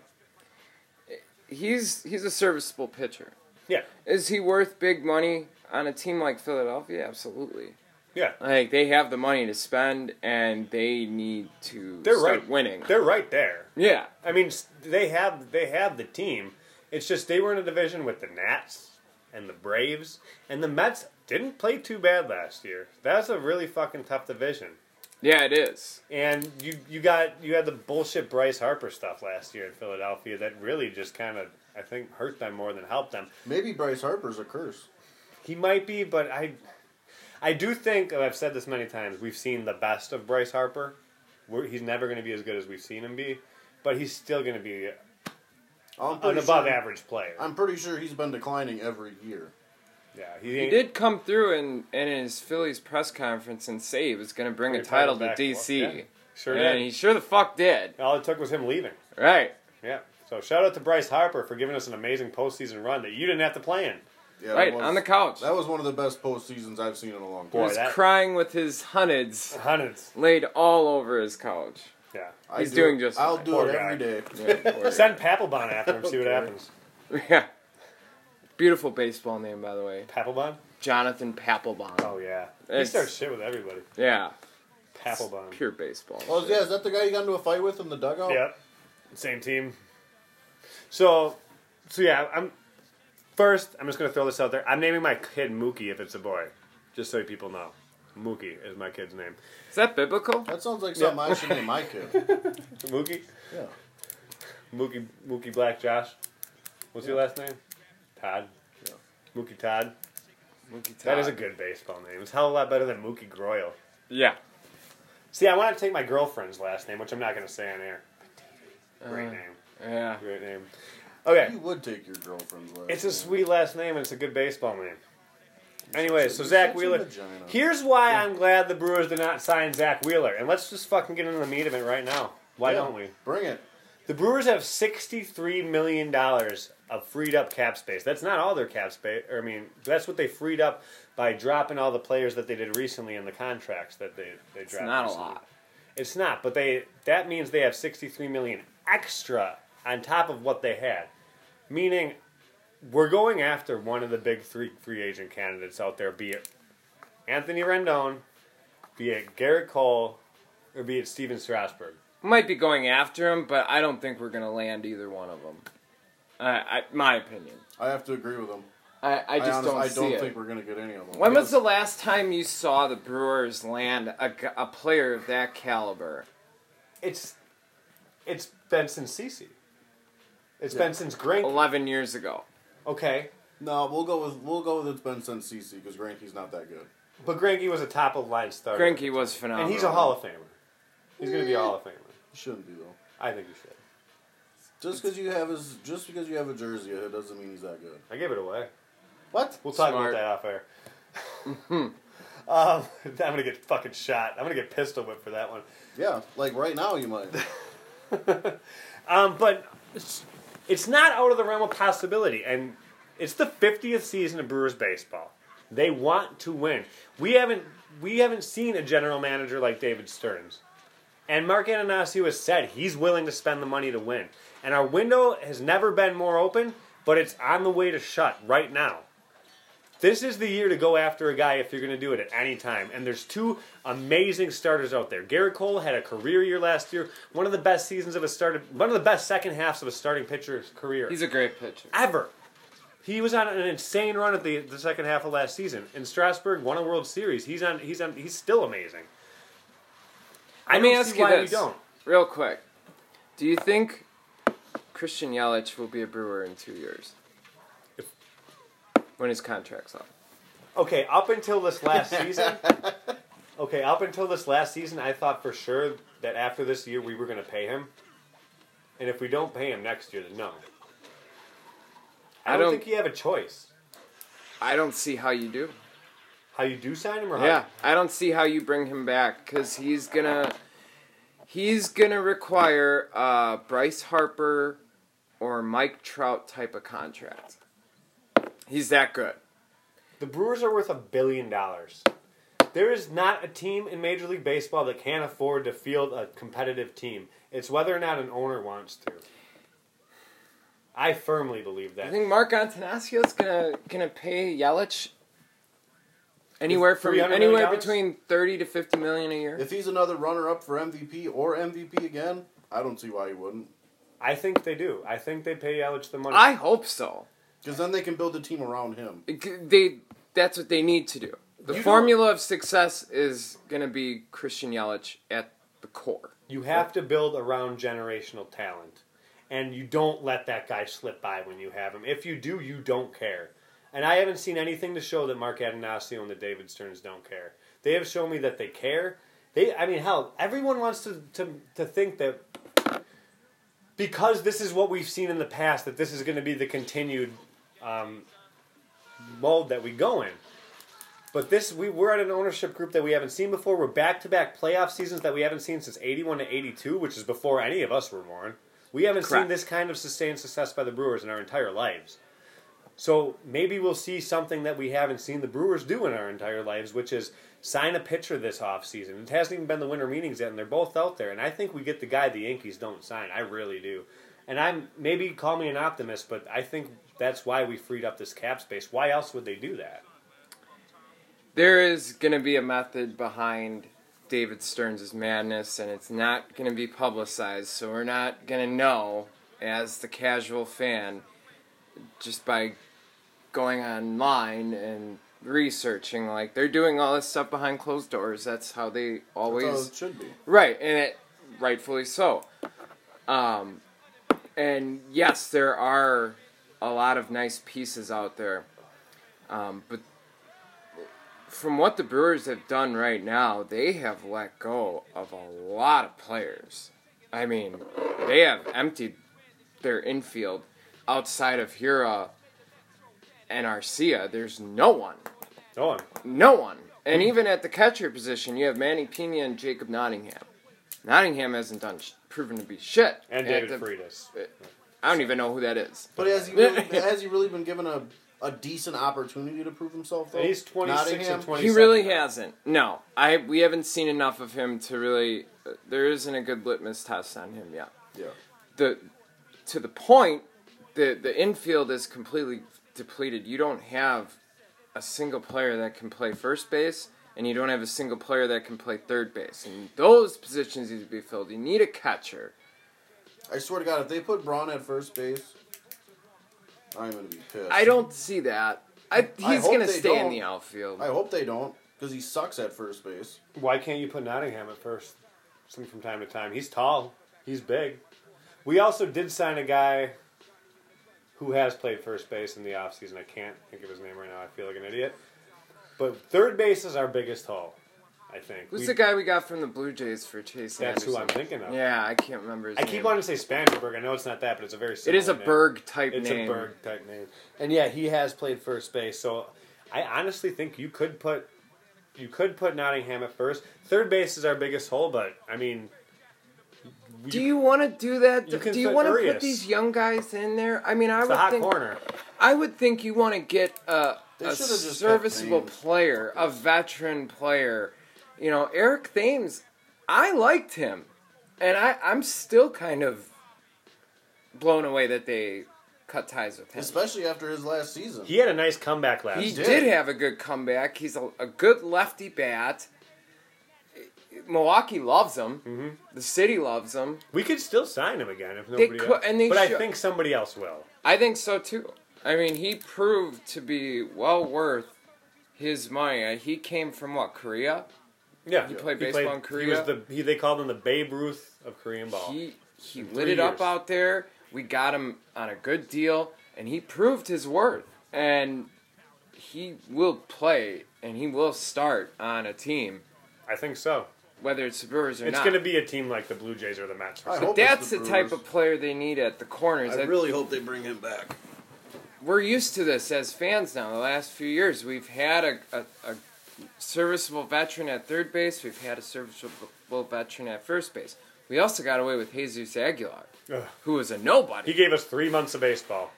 D: He's he's a serviceable pitcher.
C: Yeah,
D: Is he worth big money on a team like Philadelphia? Absolutely.
C: yeah.
D: Like they have the money to spend and they need to
C: They're
D: start
C: right.
D: winning.
C: They're right there.
D: yeah.
C: I mean, s- they have they have the team. It's just they were in a division with the Nats and the Braves, and the Mets didn't play too bad last year. That's a really fucking tough division.
D: Yeah, it is.
C: And you you got you had the bullshit Bryce Harper stuff last year in Philadelphia that really just kind of I think hurt them more than helped them.
E: Maybe Bryce Harper's a curse.
C: He might be, but I I do think and I've said this many times. We've seen the best of Bryce Harper. We're, he's never going to be as good as we've seen him be, but he's still going to be
E: I'm
C: an
E: pretty
C: above
E: sure-
C: average player.
E: I'm pretty sure he's been declining every year.
C: yeah, he,
D: He
C: ain't-
D: did come through and, and in his Phillies press conference and say he was going to bring a
C: Bring a title
D: title to
C: back.
D: DC.
C: Yeah, sure
D: and
C: did.
D: he sure the fuck did.
C: All it took was him leaving.
D: Right.
C: Yeah. So shout out to Bryce Harper for giving us an amazing postseason run that you didn't have to play in.
E: Yeah, that
D: right.
E: was-
D: On the couch.
E: That was one of the best postseasons I've seen in a long
D: he
E: time.
D: was
C: that-
D: crying with his hundreds
C: Hundreds.
D: laid all over his couch.
C: Yeah.
E: I
D: He's
E: do
D: doing
E: it-
D: just
E: I'll
D: fine.
E: do
C: Poor
E: it
C: guy.
E: every day.
D: Yeah, poor guy.
C: Send Papelbon after him. See what
E: Okay.
C: happens.
D: yeah. Beautiful baseball name, by the way.
C: Papelbon.
D: Jonathan Papelbon.
C: Oh yeah. He
D: It's-
C: starts shit with everybody.
D: Yeah.
C: Papelbon.
D: Pure baseball.
E: Oh yeah, is that the guy you got into a fight with in the dugout?
C: Yep. Same team. So, so yeah. I'm first. I'm just gonna throw this out there. I'm naming my kid Mookie if it's a boy, just so people know. Mookie is my kid's name.
D: Is that biblical?
E: That sounds like something I should name my kid.
C: Mookie.
E: Yeah.
C: Mookie Mookie Black Josh. What's your last name? Todd.
E: Yeah.
C: Mookie Todd.
D: Mookie
C: That
D: Todd.
C: is a good baseball name. It's a hell of a lot better than Mookie Groyle.
D: Yeah.
C: See, I want to take my girlfriend's last name, which I'm not going to say on air. Great
D: Uh.
C: name.
D: Yeah.
C: Great name. Okay.
E: You would take your girlfriend's last
C: It's a
E: name.
C: sweet last name and it's a good baseball name. Anyway, so
E: You're
C: Zach
E: such a
C: Wheeler.
E: vagina.
C: Here's why I'm glad the Brewers did not sign Zach Wheeler. And let's just fucking get into the meat of it right now. Why
E: Yeah,
C: don't we?
E: Bring it.
C: The Brewers have sixty-three million dollars of freed up cap space. That's not all their cap space. Or I mean, that's what they freed up by dropping all the players that they did recently in the contracts that they they dropped.
D: It's not a
C: recently.
D: lot.
C: It's not, but they that means they have sixty-three million extra on top of what they had. Meaning, we're going after one of the big three free agent candidates out there. Be it Anthony Rendon, be it Garrett Cole, or be it Steven Strasburg.
D: Might be going after him, but I don't think we're gonna land either one of them. I, I my opinion.
E: I have to agree with him.
D: I, I
E: I,
D: just
E: honest-
D: don't
E: I
D: see
E: don't
D: it.
E: think we're gonna get any of them.
D: when was the last time you saw the Brewers land a, g- a player of that caliber?
C: It's it's been since Cece. It's
E: Yeah.
C: been since Grink.
D: Eleven years ago.
C: Okay,
E: No, we'll go with we'll go with it's been since CC because Granky's not that good.
C: but Grinky was a top of the line starter,
D: Greinke was phenomenal.
C: and he's a Hall of Famer. He's gonna be a Hall of Famer.
E: He shouldn't be though.
C: I think he should.
E: Just because you have his, just because you have a jersey, it doesn't mean he's that good.
C: I gave it away.
E: What?
C: We'll talk
D: Smart. Mm-hmm.
C: about that off air. um, I'm gonna get fucking shot. I'm gonna get pistol whipped for that one.
E: Yeah, like right now you might.
C: Um, but it's, it's not out of the realm of possibility. And it's the 50th season of Brewers baseball. They want to win. We haven't we haven't seen a general manager like David Stearns. And Mark Ananasio has said he's willing to spend the money to win. And our window has never been more open, but it's on the way to shut right now. This is the year to go after a guy if you're going to do it at any time. And there's two amazing starters out there. Garrett Cole had a career year last year, one of the best seasons of a started, one of the best second halves of a starting pitcher's career
D: He's a great pitcher.
C: ever. He was on an insane run at the, the second half of last season. In Strasburg, won a World Series. He's on. He's on. He's still amazing. I
D: Let me
C: don't
D: ask
C: see
D: you
C: why
D: this,
C: we don't.
D: real quick. Do you think Christian Yelich will be a Brewer in two years
C: If-
D: when his contract's up?
C: Okay, up until this last season. Okay, up until this last season, I thought for sure that after this year we were going to pay him, and if we don't pay him next year, then no. I
D: I
C: don't,
D: don't-
C: think you have a choice.
D: I don't see how you do.
C: How you do sign him or how
D: Yeah, I don't see how you bring him back because he's gonna he's gonna require a Bryce Harper or Mike Trout type of contract. He's that good.
C: The Brewers are worth a billion dollars. There is not a team in Major League Baseball that can afford to field a competitive team. It's whether or not an owner wants to. I firmly believe
D: I
C: that.
D: think Mark Antanasio's gonna gonna pay Yelich anywhere
C: $300
D: from
C: million
D: anywhere between thirty to fifty million a year.
E: if he's another runner-up for MVP or MVP again, I don't see why he wouldn't.
C: I think they do. I think they pay Yelich the money.
D: I hope so.
E: Because then they can build a team around him.
D: They that's what they need to do. The
E: You
D: formula of success is gonna be Christian Yelich at the core.
C: you have to build around generational talent. And you don't let that guy slip by when you have him. If you do, you don't care. And I haven't seen anything to show that Mark Adonasio and the David Stearns don't care. They have shown me that they care. They, I mean, hell, everyone wants to, to, to think that because this is what we've seen in the past, that this is going to be the continued um, mold that we go in. But this, we, we're at an ownership group that we haven't seen before. We're back to back playoff seasons that we haven't seen since 81 to 82, which is before any of us were born. We haven't seen
D: Correct.
C: this kind of sustained success by the Brewers in our entire lives. So maybe we'll see something that we haven't seen the Brewers do in our entire lives, which is sign a pitcher this offseason. It hasn't even been the winter meetings yet, and they're both out there. And I think we get the guy the Yankees don't sign. I really do. And I'm maybe call me an optimist, but I think that's why we freed up this cap space. Why else would they do that?
D: there is going to be a method behind David Stearns' madness, and it's not going to be publicized, so we're not going to know as the casual fan just by going online and researching. Like, they're doing all this stuff behind closed doors. That's how they
E: That's how
D: always.
E: it should be.
D: Right, and it rightfully so. Um, and yes, there are a lot of nice pieces out there, um, but from what the Brewers have done right now, they have let go of a lot of players. I mean, they have emptied their infield outside of Hura and Arcia. There's no one.
C: No one.
D: No one. And even at the catcher position, you have Manny Pena and Jacob Nottingham. Nottingham hasn't done sh- proven to be shit.
C: And
D: at
C: David
D: the-
C: Freitas.
D: I don't even know who that is.
E: But has he really, has he really been given a, a decent opportunity to prove himself? Though
C: And he's 26 and
E: Nottingham?
C: 20
D: He really
C: 27 now.
D: hasn't. No, I we haven't seen enough of him to really. uh, There isn't a good litmus test on him yet.
E: Yeah,
D: The to the point, the the infield is completely depleted. You don't have a single player that can play first base, and you don't have a single player that can play third base. And those positions need to be filled. You need a catcher.
E: I swear to God, if they put Braun at first base, I'm gonna be pissed.
D: I don't see that. I, he's
E: hope
D: gonna
E: they
D: stay in
E: don't.
D: the outfield.
E: I hope they don't, because he sucks at first base.
C: Why can't you put Nottingham at first? Some from time to time. He's tall. He's big. We also did sign a guy who has played first base in the offseason. I can't think of his name right now. I feel like an idiot. But third base is our biggest hole. I think.
D: Who's
C: We-
D: the guy we got from the Blue Jays for Chase
C: That's who
D: Anderson?
C: I'm thinking of.
D: Yeah, I can't remember his
C: I
D: name.
C: keep wanting to say Spangenberg. I know it's not that, but it's a very
D: It is a
C: similar name.
D: Berg type
C: It's
D: name.
C: a Berg type name. And yeah, he has played first base, so I honestly think you could put you could put Nottingham at first. Third base is our biggest hole, but I mean
D: Do you want to do that?
C: You can
D: do you
C: put
D: want to put
C: Urias.
D: these young guys in there? I mean, I
C: it's a
D: would
C: hot
D: think
C: corner.
D: I would think you want to get a, a
E: should've just kept
D: serviceable
E: Thames.
D: player, a veteran player. You know, Eric Thames, I liked him, and I I'm still kind of blown away that they cut ties with him.
E: Especially after his last season.
C: He had a nice comeback last
D: He
C: year.
D: did.
E: did.
D: have a good comeback. He's a, a good lefty bat. Milwaukee loves him. Mm-hmm. The city loves him.
C: We could still sign him again if nobody
D: could-
C: else.
D: and they
C: but I
D: should.
C: think somebody else will.
D: I think so too. I mean, he proved to be well worth his money. Uh, He came from what Korea?
C: Yeah.
D: He played baseball in
C: He
D: Korea.
C: was the he, they called him the Babe Ruth of Korean ball.
D: He he
C: three
D: lit it up
C: years.
D: out there. We got him on a good deal, and he proved his worth. And he will play, and he will start on a team,
C: I think so.
D: whether it's the Brewers or
C: It's
D: not.
C: going to be a team like the Blue Jays or the Mets. Or
E: I
C: something.
E: hope
D: That's
E: it's
D: the,
E: the
D: type
E: Brewers.
D: of player they need at the corners.
E: I
D: I-
E: really hope they bring him back.
D: we're used to this as fans now. The last few years, we've had a, a, a serviceable veteran at third base. We've had a serviceable veteran at first base. We also got away with Jesus Aguilar,
C: Ugh.
D: who was a nobody.
C: He gave us three months of baseball.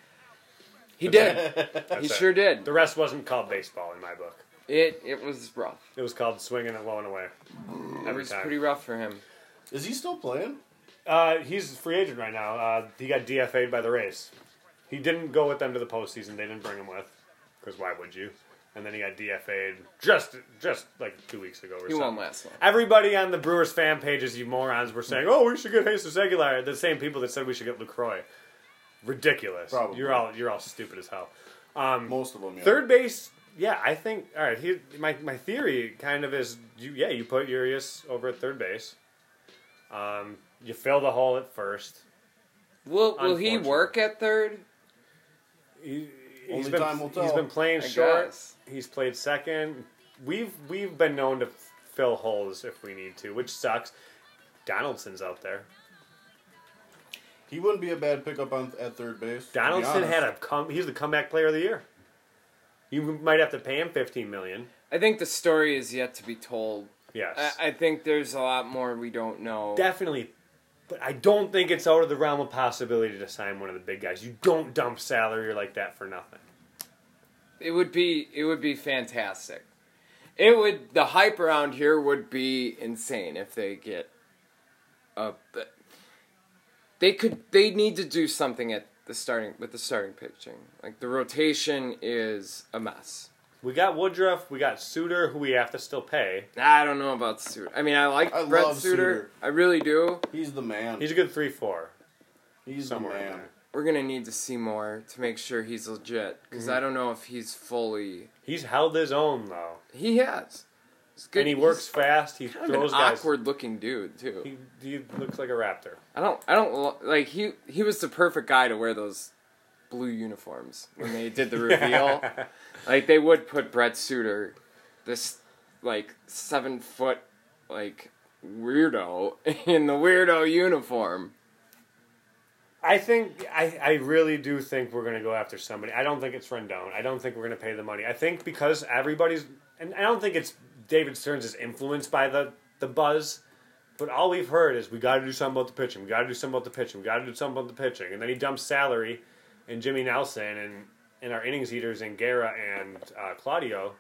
D: He did.
C: That's
D: he
C: it.
D: sure did.
C: The rest wasn't called baseball in my book.
D: It it was rough.
C: It was called swinging and blowing away.
D: It
C: Every
D: was
C: time.
D: pretty rough for him.
E: Is he still playing?
C: uh, he's a free agent right now. Uh, he got DFA'd by the Rays. He didn't go with them to the postseason. They didn't bring him with, because why would you? And then he got DFA'd just just like two weeks ago or
D: He
C: something.
D: won't last long.
C: Everybody on the Brewers fan pages, you morons, were saying, "Oh, we should get Jesus Aguilar." The same people that said we should get Lucroy. Ridiculous.
E: Probably.
C: You're all you're all stupid as hell.
E: Most of them, yeah.
C: Third base, yeah, I think. All right, here, my my theory kind of is, you yeah, you put Urias over at third base. Um, you fill the hole at first.
D: Will will he
C: Unfortunately.
D: work at third?
C: He, has
E: Only
C: been,
E: time will
C: He's
E: tell.
C: been playing
D: I
C: short.
D: guess.
C: He's played second. We've we've been known to fill holes if we need to, which sucks. Donaldson's out there.
E: He wouldn't be a bad pickup on at third base. to be
C: Donaldson
E: honest.
C: had a come. He's the comeback player of the year. You might have to pay him fifteen million.
D: I think the story is yet to be told.
C: Yes,
D: I, I think there's a lot more we don't know.
C: definitely. But I don't think it's out of the realm of possibility to sign one of the big guys. You don't dump salary like that for nothing.
D: It would be it would be fantastic. It would the hype around here would be insane if they get a they could they need to do something at the starting with the starting pitching. Like the rotation is a mess.
C: We got Woodruff. We got Suter, who we have to still pay.
D: I don't know about Suter. I mean, I like
E: I
D: Brett
E: love
D: Suter.
E: Suter.
D: I really do.
E: He's the man.
C: He's a good three-four.
E: He's the
C: somewhere in
E: man.
C: there.
D: We're gonna need to see more to make sure he's legit because
C: Mm-hmm.
D: I don't know if he's fully.
C: He's held his own though.
D: He has. He's good.
C: and he
D: he's
C: works fast. He
D: Kind of
C: throws
D: an
C: guys.
D: awkward looking dude too.
C: He, he looks like a raptor.
D: I don't. I don't lo- like he. He was the perfect guy to wear those blue uniforms when they did the reveal. Like they would put Brett Suter, this like seven foot like weirdo in the weirdo uniform.
C: I think I, I really do think we're gonna go after somebody. I don't think it's Rendon. I don't think we're gonna pay the money. I think because everybody's and I don't think it's David Stearns is influenced by the, the buzz. But all we've heard is we gotta do something about the pitching, we gotta do something about the pitching, we gotta do something about the pitching. And then he dumps salary and Jimmy Nelson and, and our innings eaters and Guerra and uh, Claudio.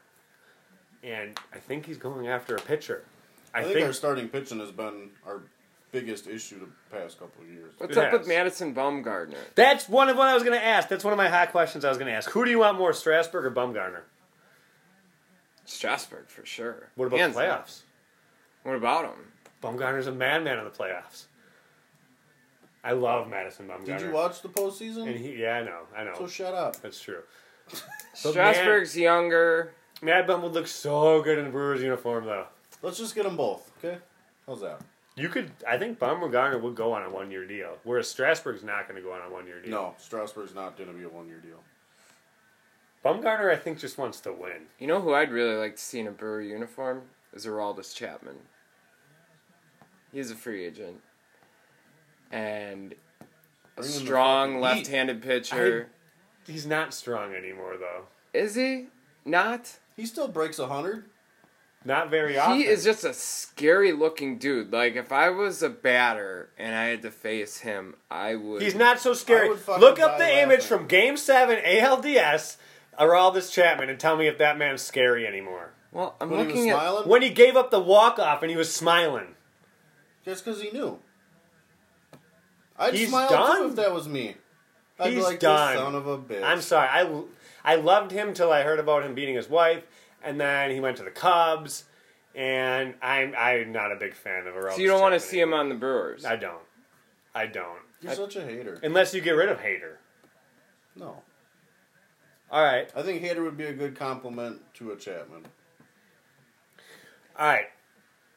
C: And I think he's going after a pitcher. I,
E: I think,
C: think
E: our starting pitching has been our biggest issue the past couple of years.
D: What's
C: It
D: up with
C: has.
D: Madison Baumgartner?
C: That's one of what I was going to ask. That's one of my hot questions I was going to ask. Who do you want more, Strasburg or Bumgarner?
D: Strasburg for sure.
C: What about
D: Hands
C: the
D: down.
C: playoffs?
D: What about him?
C: Bumgarner's a madman in the playoffs. I love Madison Bumgarner.
E: Did you watch the
C: And
E: postseason?
C: he, yeah, I know, I know.
E: So shut up.
C: That's true.
D: Strasburg's younger.
C: Mad Bum would look so good in the Brewers uniform, though.
E: Let's just get them both, okay? How's that?
C: You could, I think Bumgarner would go on a one-year deal, whereas Strasburg's not going to go on a one-year deal.
E: No, Strasburg's not going to be a one year deal.
C: Bumgarner, I think, just wants to win.
D: You know who I'd really like to see in a Brewer uniform? is Araldus Chapman. He's a free agent. And a strong left handed pitcher.
C: He's not strong anymore, though.
D: is he? Not?
E: He still breaks a hundred.
C: Not very often.
D: He is just a scary looking dude. Like if I was a batter and I had to face him, I would
C: He's not so scary.
E: I would fucking
C: Look up the
E: die
C: image
E: laughing.
C: from Game 7 ALDS, Araldis Chapman, and tell me if that man's scary anymore.
D: Well, I'm
E: When he was
D: looking at
E: smiling,
C: When he gave up the walk off and he was smiling.
E: just because he knew. I'd
C: He's
E: smile too
C: done.
E: if that was me. I'd be
C: He's
E: like, this
C: done.
E: son of a bitch.
C: I'm sorry. I, I loved him till I heard about him beating his wife, and then he went to the Cubs, and I'm, I'm not a big fan of Araldis
D: So you don't want to
C: Chapman
D: see him
C: anymore.
D: on the Brewers.
C: I don't. I don't.
E: You're such a hater.
C: Unless you get rid of Hater.
E: No.
C: All right.
E: I think hater would be a good compliment to a Chapman.
C: All right.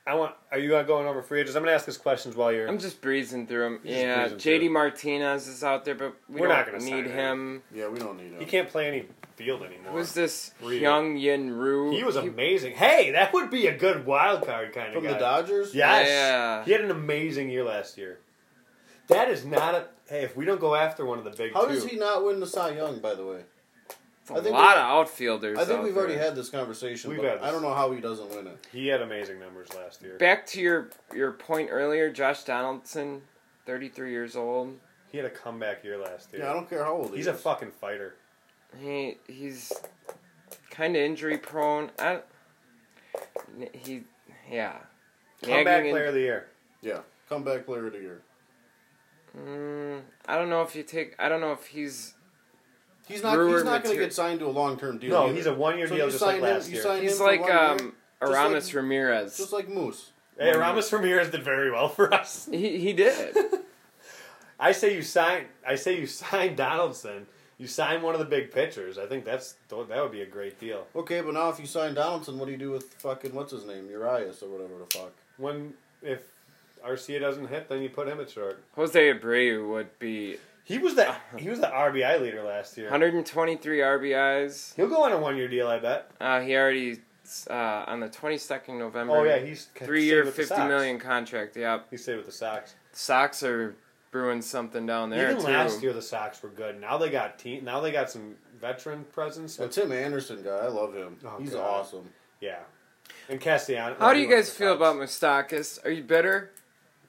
C: I want. Are you uh, going over free agents? I'm going to ask these questions while you're.
D: I'm just breezing through him.
C: just
D: Yeah,
C: breezing
D: JD
C: through.
D: Martinez is out there, but we
C: We're
D: don't
C: not gonna sign
D: need him.
E: Yeah, we don't need him.
C: he can't play any field anymore.
D: Who's this
C: Ryu.
D: Young Yin Ryu?
C: He was amazing. Hey, that would be a good wild card kind of
E: From
C: guy.
E: the Dodgers?
C: Yes.
D: Yeah.
C: He had an amazing year last year. That is not a. Hey, if we don't go after one of the big
E: How
C: two,
E: does he not win the Cy Young, by the way?
D: It's a
E: I think
D: lot
E: we-
D: of outfielders.
E: I think
D: out
E: we've already
D: there.
E: had this conversation,
C: We've
E: but
C: had this.
E: I don't know how he doesn't win it.
C: he had amazing numbers last year.
D: Back to your your point earlier, Josh Donaldson, 33 years old.
C: He had a comeback year last year.
E: Yeah, I don't care how old he
C: He's a
E: is.
C: fucking fighter.
D: He he's kind of injury prone. I, he yeah.
C: Comeback
D: Nagging in-
C: player of the year.
E: yeah, comeback player of the year.
D: Mm, I don't know if you take. I don't know if he's.
E: He's not.
D: Brewer
E: he's not going to
D: material.
E: get signed to a long term deal.
C: No,
E: either.
C: he's a one-year
E: So
C: deal
E: you
C: just like
E: sign
C: last
E: him,
C: year.
E: You sign
D: He's
E: him
D: like
E: for one year,
D: um Aramis
E: like-
D: Ramirez.
E: just like Moose.
C: Hey, Ramos Ramirez did very well for us.
D: he he did.
C: I say you sign. I say you sign Donaldson. You sign one of the big pitchers. I think that's that would be a great deal.
E: Okay, but now if you sign Donaldson, what do you do with fucking what's his name Urias or whatever the fuck?
C: When if Arcia doesn't hit, then you put him at short.
D: Jose Abreu would be
C: He was the
D: Uh-huh.
C: he was the RBI leader last year.
D: 123 RBIs.
C: He'll go on a one year deal, I bet.
D: Uh, he already uh, on the 22nd November.
C: Oh yeah, he's
D: three
C: stayed
D: year,
C: with the
D: fifty
C: Sox.
D: million contract. Yep.
C: He stayed with the Sox.
D: Sox are brewing something down there
C: Even
D: too.
C: last year, the Sox were good. Now they got team. Now they got some veteran presence.
E: That Tim Anderson guy, I love him.
C: Oh,
E: he's
C: God.
E: awesome.
C: yeah, and Castellanos.
D: How
C: well,
D: do
C: he
D: you
C: went
D: guys
C: to the
D: feel
C: Cubs.
D: about Mustakis? Are you bitter?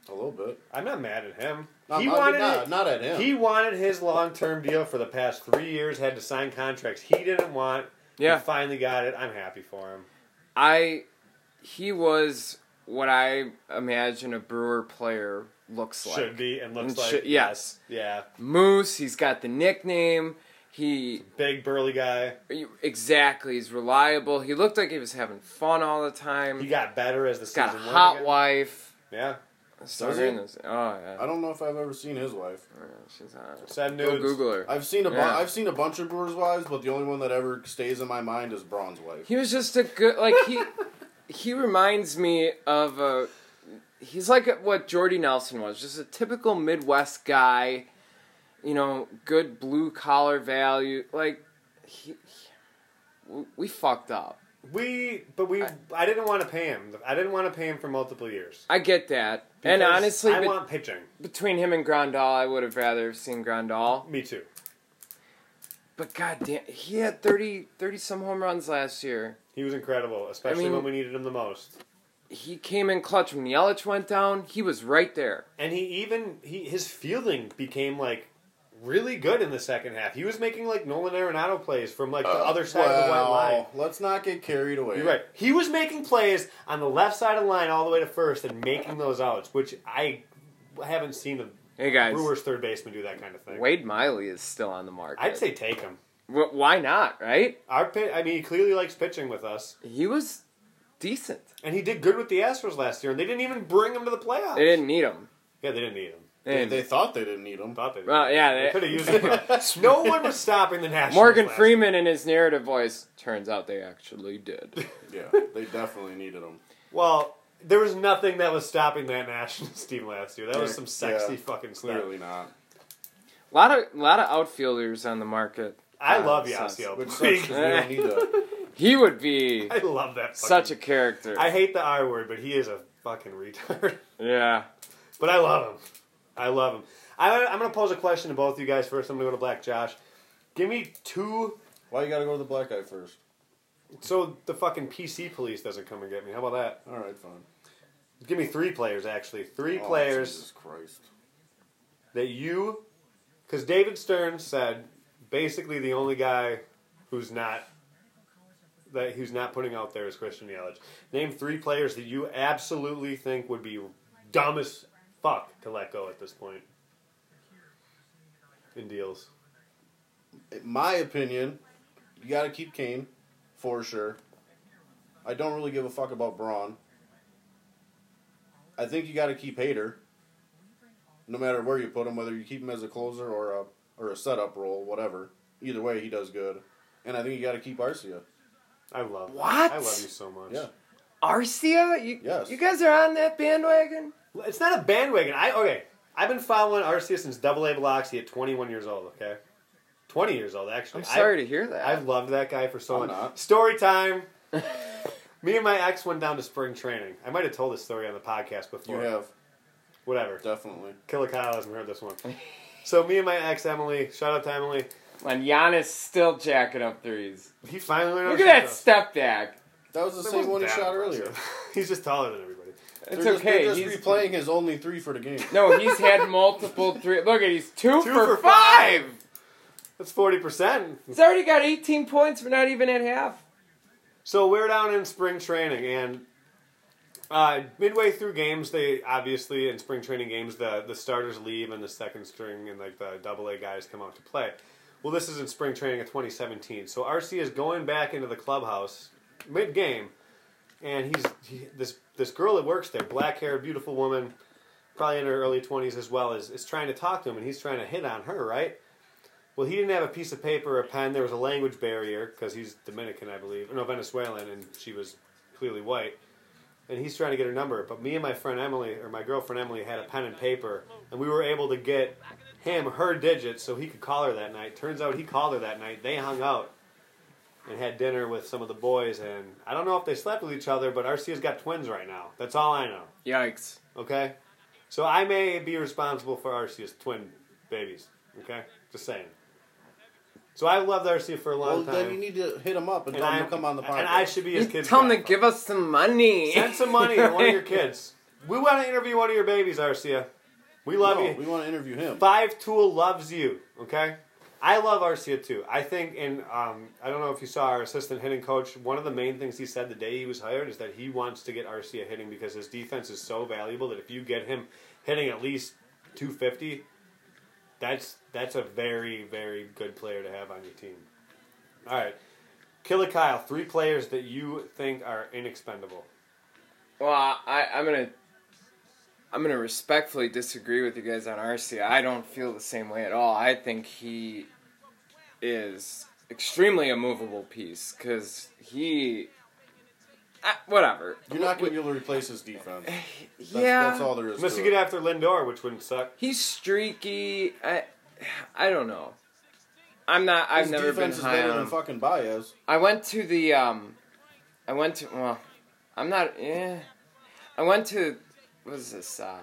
E: A little bit.
C: I'm not mad at him.
E: Not,
C: he
E: not-
C: wanted
E: not,
C: it.
E: not at him.
C: He wanted his long term deal for the past three years. Had to sign contracts he didn't want.
D: Yeah.
C: he finally got it. I'm happy for him.
D: I he was what I imagine a Brewer player looks like.
C: Should be and looks
D: And
C: like
D: should- yes.
C: yeah,
D: Moose. He's got the nickname. He
C: big burly guy.
D: exactly. He's reliable. He looked like he was having fun all the time.
C: He got better as the
D: He's got a
C: season went
D: hot
C: again.
D: wife.
C: Yeah,
D: Start
E: he?
D: in this- Oh
E: I
C: Uh,
D: yeah.
E: don't know if I've ever seen his wife.
D: Oh, yeah, She's on. it.
C: sad
D: Go
C: news.
D: Google her.
E: I've seen a bu-
D: Yeah.
E: I've seen a bunch of Brewers wives, but the only one that ever stays in my mind is Braun's wife.
D: He was just a good like he he reminds me of a he's like what Jordy Nelson was, just a typical Midwest guy, you know, good blue collar value. Like he, he- we- we fucked up.
C: We, but we, I, didn't want to pay him. I didn't want to pay him for multiple years.
D: I get that. and
C: Because
D: honestly,
C: I
D: be-
C: want pitching.
D: between him and Grandal, I would have rather seen Grandal.
C: Me too.
D: But goddamn, he had 30, 30 some home runs last year.
C: He was incredible, especially
D: mean-
C: when we needed him the most.
D: He came in clutch when Yelich went down. He was right there.
C: And he even he his fielding became like really good in the second half. He was making like Nolan Arenado plays from like the
D: Uh,
C: other side of the white line.
E: Well, let's not get carried away.
C: You're right. He was making plays on the left side of the line all the way to first and making those outs, which I haven't seen a
D: Hey guys,
C: Brewers third baseman do that kind of thing.
D: Wade Miley is still on the market.
C: I'd say take him.
D: Wh- why not, right?
C: Our pit, I mean, he clearly likes pitching with us.
D: He was decent.
C: And he did good with the Astros last year, and they didn't even bring him to the playoffs.
D: They didn't need him.
C: Yeah, they didn't need him.
D: They
E: They,
D: didn't-
E: they thought they didn't need him.
C: Thought they
D: Well, yeah, they-
C: could have used him. no one was stopping the Nationals.
D: Morgan
C: last year.
D: Freeman in his narrative voice turns out they actually did.
E: Yeah, they definitely needed him.
C: Well, there was nothing that was stopping that Nationals team last year. That was some sexy
E: Yeah,
C: fucking stuff.
E: Clearly not.
D: a lot of lot of outfielders on the market.
C: I
D: Uh,
C: love
D: sucks.
C: Yasiel.
E: Which sucks 'cause we don't need that.
D: He would be
C: I love that. Fucking,
D: such a character.
C: I hate the I word, but he is a fucking retard.
D: yeah.
C: But I love him. I love him. I, I'm going to pose a question to both you guys first. I'm going to go to Black Josh. Give me two.
E: Why you gotta go to the black guy first?
C: So the fucking PC police doesn't come and get me. How about that?
E: All right, fine.
C: Give me three players, actually. Three
E: Oh,
C: players
E: Jesus Christ.
C: that you. Because David Stern said basically the only guy who's not. That who's not putting out there is Christian Yelich. Name three players that you absolutely think would be dumb as fuck to let go at this point in deals.
E: In my opinion, you gotta keep Kane for sure. I don't really give a fuck about Braun. I think you gotta keep Hater. No matter where you put him, whether you keep him as a closer or a or a setup role, whatever. Either way, he does good. And I think you gotta keep Arcia.
C: I love that.
D: What?
C: I love you so much.
E: Yeah.
D: Arcia? You,
E: Yes.
D: you guys are on that bandwagon?
C: It's not a bandwagon. I okay. I've been following Arcia since Double A Blocks. He at 21 years old. Okay, 20 years old actually.
D: I'm sorry
C: I,
D: to hear that.
C: I've loved that guy for so long.
E: I'm not.
C: Story time. Me and my ex went down to spring training. I might have told this story on the podcast
E: You
C: before.
E: have,
C: Whatever.
E: definitely.
C: Killer Kyle hasn't heard this one. so me and my ex Emily, shout out to Emily.
D: when Giannis still jacking up threes.
C: He finally learned.
D: Look
C: how
D: at
C: to
D: that
C: shoot
D: step back.
E: That was the
C: those.
E: same
C: That wasn't
E: one he
C: that
E: shot
C: impressive.
E: earlier.
C: He's just taller than everybody.
D: It's
E: They're just-
D: okay.
E: They're just
D: he's
E: replaying his only three for the game.
D: no, he's had multiple three. Look at he's two,
C: Two
D: for,
C: for
D: five.
C: That's 40 percent.
D: He's already got 18 points. We're not even at half.
C: So we're down in spring training, and uh, midway through games, they obviously in spring training games the the starters leave and the second string and like the double A guys come out to play. Well, this is in spring training of 2017. So RC is going back into the clubhouse mid game, and he's he, this this girl that works there, black haired, beautiful woman, probably in her early 20s as well, is is trying to talk to him, and he's trying to hit on her, right? Well, he didn't have a piece of paper or a pen. There was a language barrier because he's Dominican, I believe, no Venezuelan, and she was clearly white. And he's trying to get her number, but me and my friend Emily, or my girlfriend Emily, had a pen and paper, and we were able to get him her digits so he could call her that night. Turns out he called her that night. They hung out and had dinner with some of the boys, and I don't know if they slept with each other, but RC's got twins right now. That's all I know.
D: Yikes.
C: Okay? So I may be responsible for Arceus twin babies. Okay? Just saying. So I loved Arceus for a
E: Well,
C: long
E: then you
C: time.
E: need to hit him up and,
C: and,
E: tell him
C: I,
E: to come on the podcast.
C: and I should be his kid's
D: Tell him to
C: godfather.
D: give us some money.
C: Send some money to one of your kids. We want to interview one of your babies, Arcia. We love
E: no,
C: you.
E: we want to interview him.
C: Five Tool loves you. Okay, I love Arcia too. I think, and um, I don't know if you saw our assistant hitting coach. One of the main things he said the day he was hired is that he wants to get Arcia hitting because his defense is so valuable that if you get him hitting at least two fifty, that's that's a very very good player to have on your team. All right. Killer Kyle, three players that you think are inexpendable.
D: Well, I, I'm gonna, I'm gonna respectfully disagree with you guys on Arcia. I don't feel the same way at all. I think he is extremely a movable piece because he, I, whatever.
E: You're not going to be able to replace his defense. That's,
D: yeah,
E: that's all there is.
C: Unless
E: to
C: you get
E: it.
C: after Lindor, which wouldn't suck.
D: he's streaky. I, I don't know. I'm not. I've
E: His
D: never been
E: defense is
D: high
E: better
D: on.
E: than
D: him.
E: fucking Baez.
D: I went to the um, I went to well, I'm not yeah, I went to what was this um,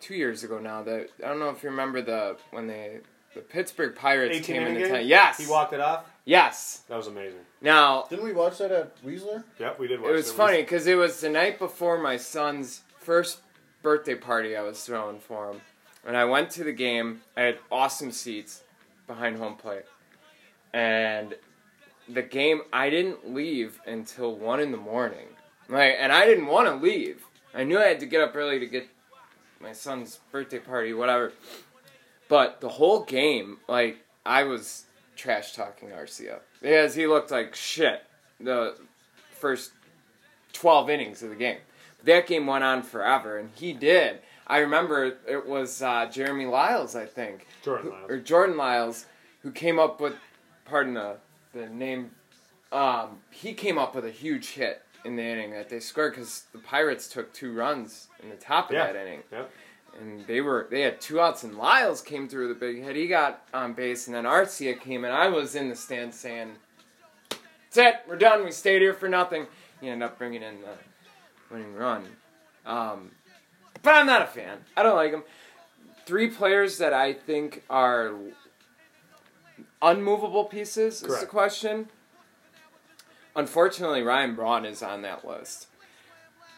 D: two years ago now that I don't know if you remember the when they the Pittsburgh Pirates
C: 18
D: came
C: inning
D: into
C: game?
D: town. Yes,
C: He walked it off.
D: yes.
C: That was amazing.
D: Now
E: Didn't we watch that at Weasler?
C: Yep, we did watch
D: it was
C: We-
D: funny because it was the night before my son's first birthday party I was throwing for him, and I went to the game. I had awesome seats behind home plate, and the game I didn't leave until one in the morning. Like, and I didn't want to leave. I knew I had to get up early to get my son's birthday party, whatever. But the whole game, like, I was trash talking Arcia because he looked like shit. The first 12 innings of the game. That game went on forever, and he did. I remember it was uh, Jeremy Lyles, I think,
C: Jordan
D: who-
C: Lyles.
D: or Jordan Lyles, who came up with, pardon the, the name, um, he came up with a huge hit in the inning that they scored because the Pirates took two runs in the top of
C: Yeah.
D: that inning
C: Yep.
D: and they were they had two outs and Lyles came through with a big hit. He got on base and then Arcia came and I was in the stand saying, That's it. We're done. We stayed here for nothing. You end up bringing in the winning run. Um, but I'm not a fan. I don't like him. Three players that I think are unmovable pieces is the
C: Correct.
D: question. Unfortunately, Ryan Braun is on that list.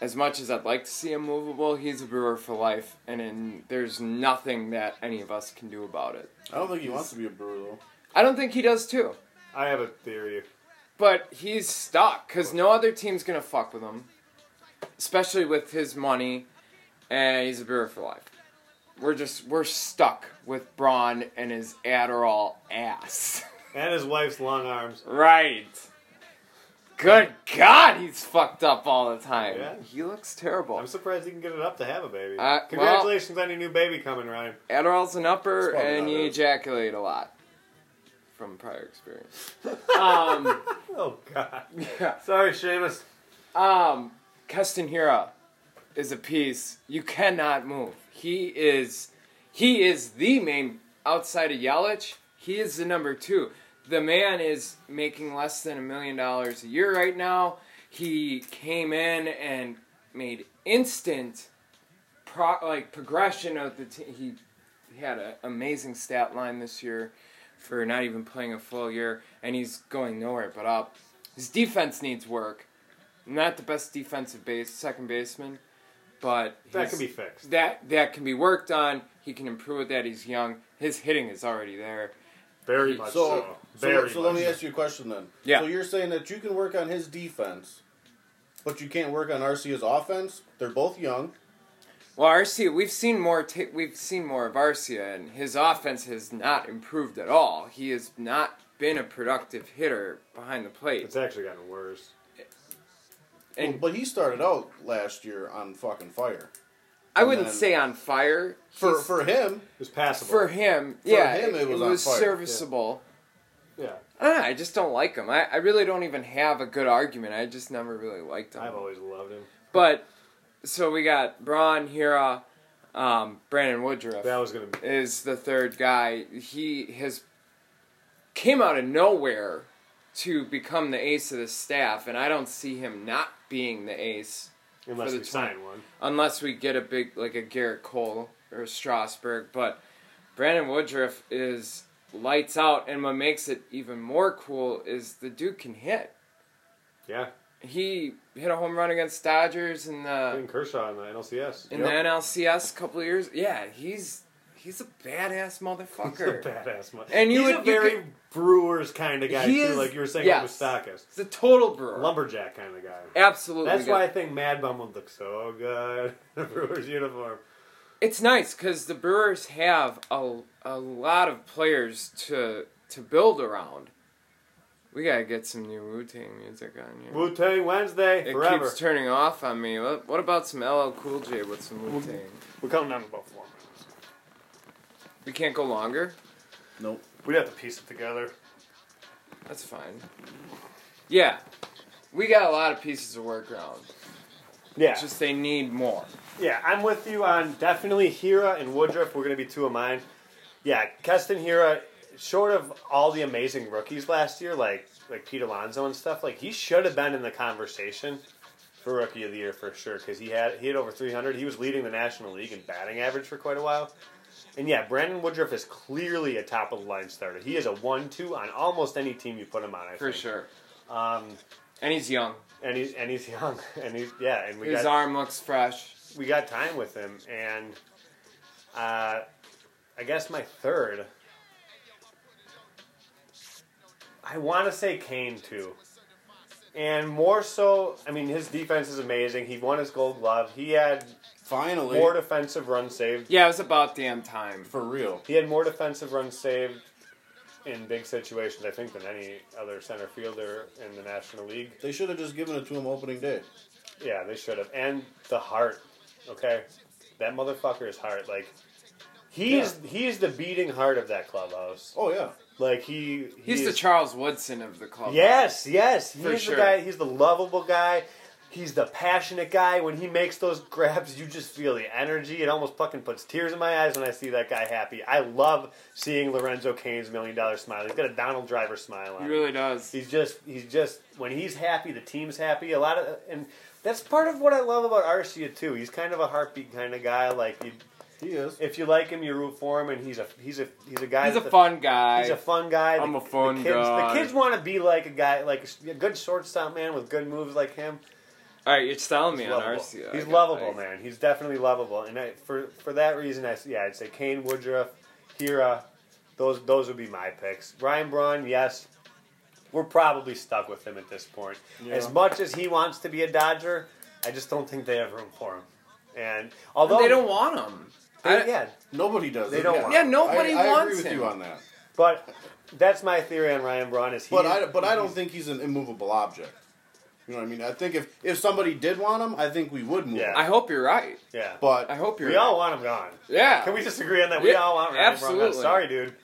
D: As much as I'd like to see him movable, he's a brewer for life, and in, there's nothing that any of us can do about it.
E: I don't think he wants to be a brewer though.
D: I don't think he does too.
C: I have a theory.
D: But he's stuck because no other team's gonna fuck with him, especially with his money, and he's a brewer for life. We're just we're stuck with Braun and his Adderall ass.
C: And his wife's long arms.
D: Right. Good God, he's fucked up all the time.
C: Yeah.
D: He looks terrible.
C: I'm surprised he can get it up to have a baby.
D: Uh, well-
C: Congratulations on your new baby coming, Ryan.
D: Adderall's an upper,
E: That's probably
D: and
E: not
D: you
E: it.
D: ejaculate a lot from prior experience. um,
C: Oh God.
D: yeah.
C: Sorry, Seamus.
D: Um, Keston Hira is a piece you cannot move. He is, he is the main outside of Yelich. He is the number two. The man is making less than a million dollars a year right now. He came in and made instant, pro- like progression of the team. He, he had an amazing stat line this year for not even playing a full year, and he's going nowhere but up. His defense needs work not the best defensive base second baseman, but
C: That
D: his-
C: can be fixed.
D: that that can be worked on. He can improve with that. He's young. His hitting is already there.
C: Very much so.
E: So, so,
C: Very
E: so let
C: much
E: me
C: so.
E: ask you a question then.
D: Yeah.
E: So you're saying that you can work on his defense, but you can't work on Arcia's offense. They're both young.
D: Well, Arcia, we've seen more. Ta- we've seen more of Arcia, and his offense has not improved at all. He has not been a productive hitter behind the plate.
C: It's actually gotten worse.
D: And-
E: Well, but he started out last year on fucking fire.
D: I wouldn't
E: then-
D: say on fire
E: For
D: He's-
E: for him,
C: It's passable.
D: for him. yeah,
E: him, it was on fire, yeah.
D: serviceable.
C: Yeah.
D: I don't know, I just don't like him. I, I really don't even have a good argument. I just never really liked him.
C: I've always loved him.
D: But so we got Braun Hira, um, Brandon Woodruff
C: That was gonna be
D: is the third guy. He has came out of nowhere to become the ace of the staff, and I don't see him not being the ace
C: unless
D: the
C: we sign one.
D: unless we get a big like a Garrett Cole or a Strasburg. But Brandon Woodruff is lights out, and what makes it even more cool is the dude can hit.
C: Yeah.
D: He hit a home run against Dodgers in the
C: Putting Kershaw in the NLCS.
D: in
C: Yep.
D: the NLCS a couple of years. Yeah, he's he's a badass
C: He's a
D: motherfucker.
C: badass much.
D: And you
C: He's
D: would-
C: a
D: you
C: very
D: could-
C: Brewers kind of guy
D: He
C: too,
D: is-
C: like you were saying
D: yes.
C: with Mustakas.
D: He's a total brewer.
C: Lumberjack kind of guy.
D: Absolutely.
C: That's
D: good.
C: why I think Mad Bum would look so good in a Brewers uniform.
D: it's nice because the Brewers have a, a lot of players to to build around. We gotta get some new Wu Tang music on here.
C: Wu Tang Wednesday
D: it
C: forever.
D: keeps turning off on me. What, what about some LL Cool J with some Wu Tang?
C: We're counting down about four minutes.
D: We can't go longer.
E: nope.
C: We'd have to piece it together.
D: That's fine. Yeah, we got a lot of pieces of work around.
C: Yeah.
D: It's just they need more.
C: Yeah, I'm with you on definitely Hira and Woodruff. We're going to be two of mine. Yeah, Keston Hira, short of all the amazing rookies last year, like like Pete Alonso and stuff, like he should have been in the conversation for Rookie of the Year for sure because he had he had over 300. He was leading the National League in batting average for quite a while. And yeah, Brandon Woodruff is clearly a top of the line starter. He is a one-two on almost any team you put him on. I
D: For
C: think.
D: sure. Um, and he's young.
C: And he's and he's young and he's yeah and we
D: His
C: got
D: arm looks fresh.
C: we got time with him, and uh, I guess my third. I want to say Kane too, and more so. I mean, his defense is amazing. He won his Gold Glove. He had
E: Finally,
C: more defensive runs saved.
D: Yeah, it was about damn time.
E: for real.
C: He had more defensive runs saved in big situations, I think, than any other center fielder in the National League.
E: They should have just given it to him opening day.
C: Yeah, they should have. And the heart. Okay? That motherfucker's heart, like he's he's the beating heart of that clubhouse.
E: Oh yeah.
C: Like he
D: He's the
C: is-
D: Charles Woodson of the club.
C: Yes, yes.
D: For
C: He's
D: sure.
C: the guy he's the lovable guy. He's the passionate guy. When he makes those grabs, you just feel the energy. It almost fucking puts tears in my eyes when I see that guy happy. I love seeing Lorenzo Kane's million dollar smile. He's got a Donald Driver smile on.
D: He
C: him.
D: really does.
C: He's just he's just when he's happy, the team's happy. A lot of and that's part of what I love about Arcia too. He's kind of a heartbeat kind of guy. Like you,
E: He is.
C: if you like him, you root for him, and he's a he's a he's a guy.
D: He's a
C: that the-
D: fun guy.
C: He's a fun guy.
D: I'm a fun
C: the kids,
D: guy.
C: The kids want to be like a guy, like a good shortstop man with good moves like him.
D: All right, you're selling me
C: He's
D: on
C: lovable.
D: Arcia.
C: He's
D: I-
C: lovable,
D: I-
C: man. He's definitely lovable, and I, for for that reason, I s- yeah, I'd say Kane, Woodruff, Hira, those those would be my picks. Ryan Braun, yes, we're probably stuck with him at this point. As much as he wants to be a Dodger, I just don't think they have room for him. And although
D: They don't want him.
C: they-
D: I-
C: yeah,
E: Nobody does.
C: They don't
E: Yeah,
C: want
D: Yeah, nobody
E: I, I
D: wants
E: agree with
D: him.
E: you on that.
C: but that's my theory on Ryan Braun is he.
E: But I, but I don't think he's an immovable object. You know what I mean? I think if, if somebody did want him, I think we would move
C: Yeah.
E: him.
D: I hope you're right.
C: yeah,
E: But
D: I hope you're
C: we
D: right.
C: all want him gone.
D: yeah.
C: Can we just agree on that? We
D: Yeah,
C: all want Ryan Braun. gone.
D: absolutely.
C: Sorry, dude.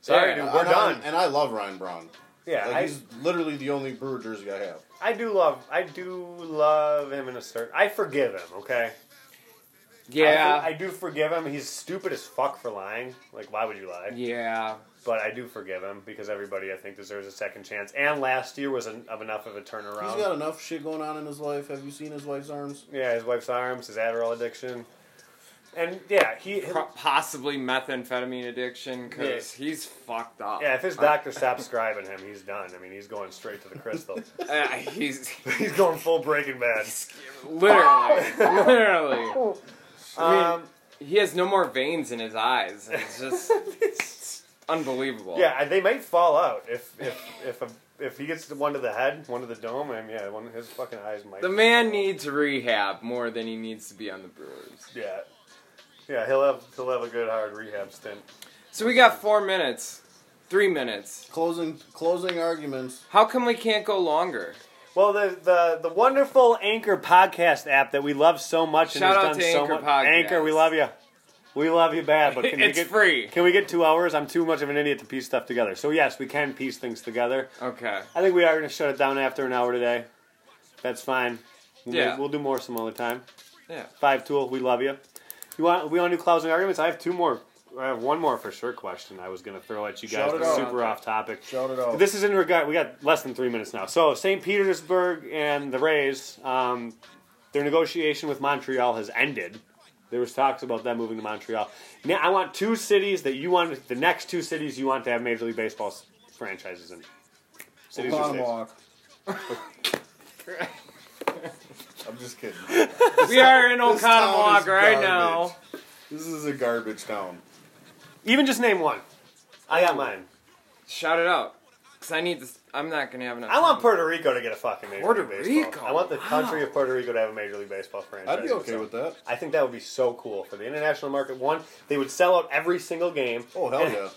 C: Sorry,
D: Yeah,
C: dude.
E: and
C: We're
E: I-
C: done.
E: And I love Ryan Braun.
C: yeah,
E: Like,
C: I,
E: he's literally the only Brewer jersey I have.
C: I do love I do love him in a certain. I forgive him. Okay.
D: Yeah.
C: I, do- I do forgive him. He's stupid as fuck for lying. Like, why would you lie?
D: yeah.
C: But I do forgive him because everybody I think deserves a second chance. And last year was an, of enough of a turnaround.
E: He's got enough shit going on in his life. Have you seen his wife's arms?
C: yeah, his wife's arms, his Adderall addiction, and yeah, he.
D: Pro- possibly methamphetamine addiction because
C: Yeah.
D: he's fucked up.
C: yeah, if his doctor stops scribing him, he's done. I mean, he's going straight to the crystal.
D: Uh, he's
C: he's going full Breaking Bad.
D: literally, literally. I
C: Um,
D: mean, he has no more veins in his eyes. and It's just unbelievable.
C: Yeah, I- they might fall out if if if a, if he gets one to the head, one to the dome, and yeah, one his fucking eyes might.
D: The man needs rehab more than he needs to be on the Brewers.
C: Yeah, yeah, he'll have he'll have a good hard rehab stint.
D: So we got four minutes, three minutes.
E: Closing closing arguments.
D: How come we can't go longer?
C: Well, the the the wonderful Anchor podcast app that we love so much and
D: Shout
C: has
D: out
C: done
D: to
C: so
D: Anchor
C: much.
D: Podcast.
C: Anchor, we love you. We love you bad, but can we
D: It's
C: get,
D: free.
C: Can we get two hours? I'm too much of an idiot to piece stuff together. So yes, we can piece things together.
D: Okay.
C: I think we are going to shut it down after an hour today. That's fine. We'll,
D: Yeah.
C: we'll do more some other time.
D: Yeah.
C: Five Tool, we love you. You want we want to do closing arguments? I have two more. I have one more for sure question I was going to throw at you guys.
E: Shout it
C: That's
E: out.
C: super off topic.
E: Shout it out.
C: This is in regard. We got less than three minutes now. So St. Petersburg and the Rays, um, their negotiation with Montreal has ended. There was talks about them moving to Montreal. Now I want two cities that you want. The next two cities you want to have Major League Baseball s- franchises in. Cities or states.
E: Oconomowoc. I'm just kidding. This
D: We are in
E: This town
D: Oconomowoc
E: is
D: right
E: garbage.
D: now.
E: is a garbage town.
C: Even just name one. I got mine.
D: Shout it out. Cause I need this. I'm not gonna have enough.
C: I want
D: time.
C: Puerto Rico to get a fucking major
D: Puerto
C: league baseball.
D: Rico?
C: I want the country
D: Wow.
C: of Puerto Rico to have a major league baseball franchise.
E: I'd be okay with that.
C: I think that would be so cool for the international market. One, they would sell out every single game.
E: Oh hell
C: And
E: yeah.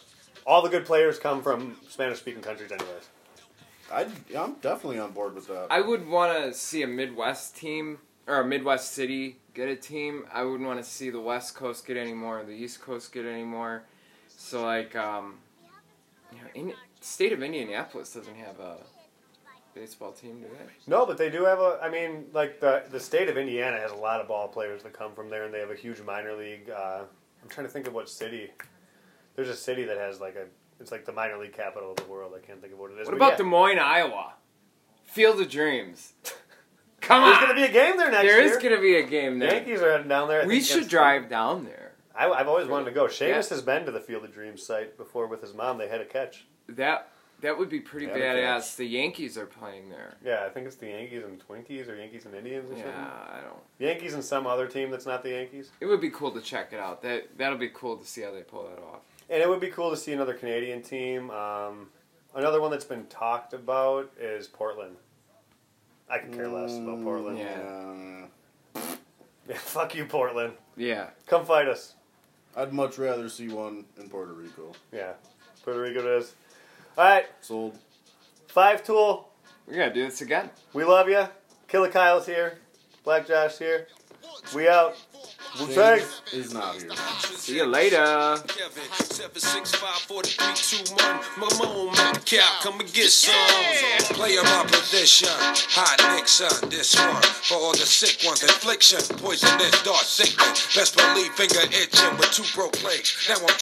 C: All the good players come from Spanish-speaking countries, anyways.
E: I'd, I'm definitely on board with that.
D: I would want to see a Midwest team or a Midwest city get a team. I wouldn't want to see the West Coast get any more, the East Coast get any more. So like, um, you know, in, state of Indianapolis doesn't have a baseball team, do they?
C: No, but they do have a. I mean, like the the state of Indiana has a lot of ball players that come from there, and they have a huge minor league. Uh, I'm trying to think of what city. There's a city that has like a. It's like the minor league capital of the world. I can't think of what it is.
D: What
C: but
D: about
C: yeah.
D: Des Moines, Iowa? Field of Dreams. Come
C: There's
D: on.
C: gonna be a game there next
D: There
C: year.
D: is gonna be a game
C: The
D: there.
C: Yankees are heading down there. I
D: we
C: think
D: should
C: against-
D: drive down there.
C: I, I've always wanted to go. Seamus
D: Yeah.
C: has been to the Field of Dreams site before with his mom. They had a catch.
D: That that would be pretty
E: That'd be
D: badass. The Yankees are playing there.
C: Yeah, I think it's the Yankees and Twinkies or Yankees and Indians or
D: Yeah,
C: something.
D: I don't.
C: Yankees and some other team that's not the Yankees.
D: It would be cool to check it out. That that'll be cool to see how they pull that off.
C: And it would be cool to see another Canadian team. Um, another one that's been talked about is Portland. I could care less
D: Mm,
C: about Portland.
D: yeah.
E: Uh,
C: Fuck you, Portland.
D: Yeah.
C: Come fight us.
E: I'd much rather see one in Puerto Rico.
C: Yeah. Puerto Rico it is. All right.
E: Sold.
C: Five Tool.
D: We gotta do this again.
C: We love you. Killer Kyle's here. Black Josh here. We out. Thanks.
E: James is not here.
D: See you later.
A: Kevin, 765 4321. My mom, Mac Cow, come and get some. Player my position. Hot Nixon, this one. For all the sick ones, infliction. Poisonous, dark, sickening. Best believe finger itching with two broke legs. Now I'm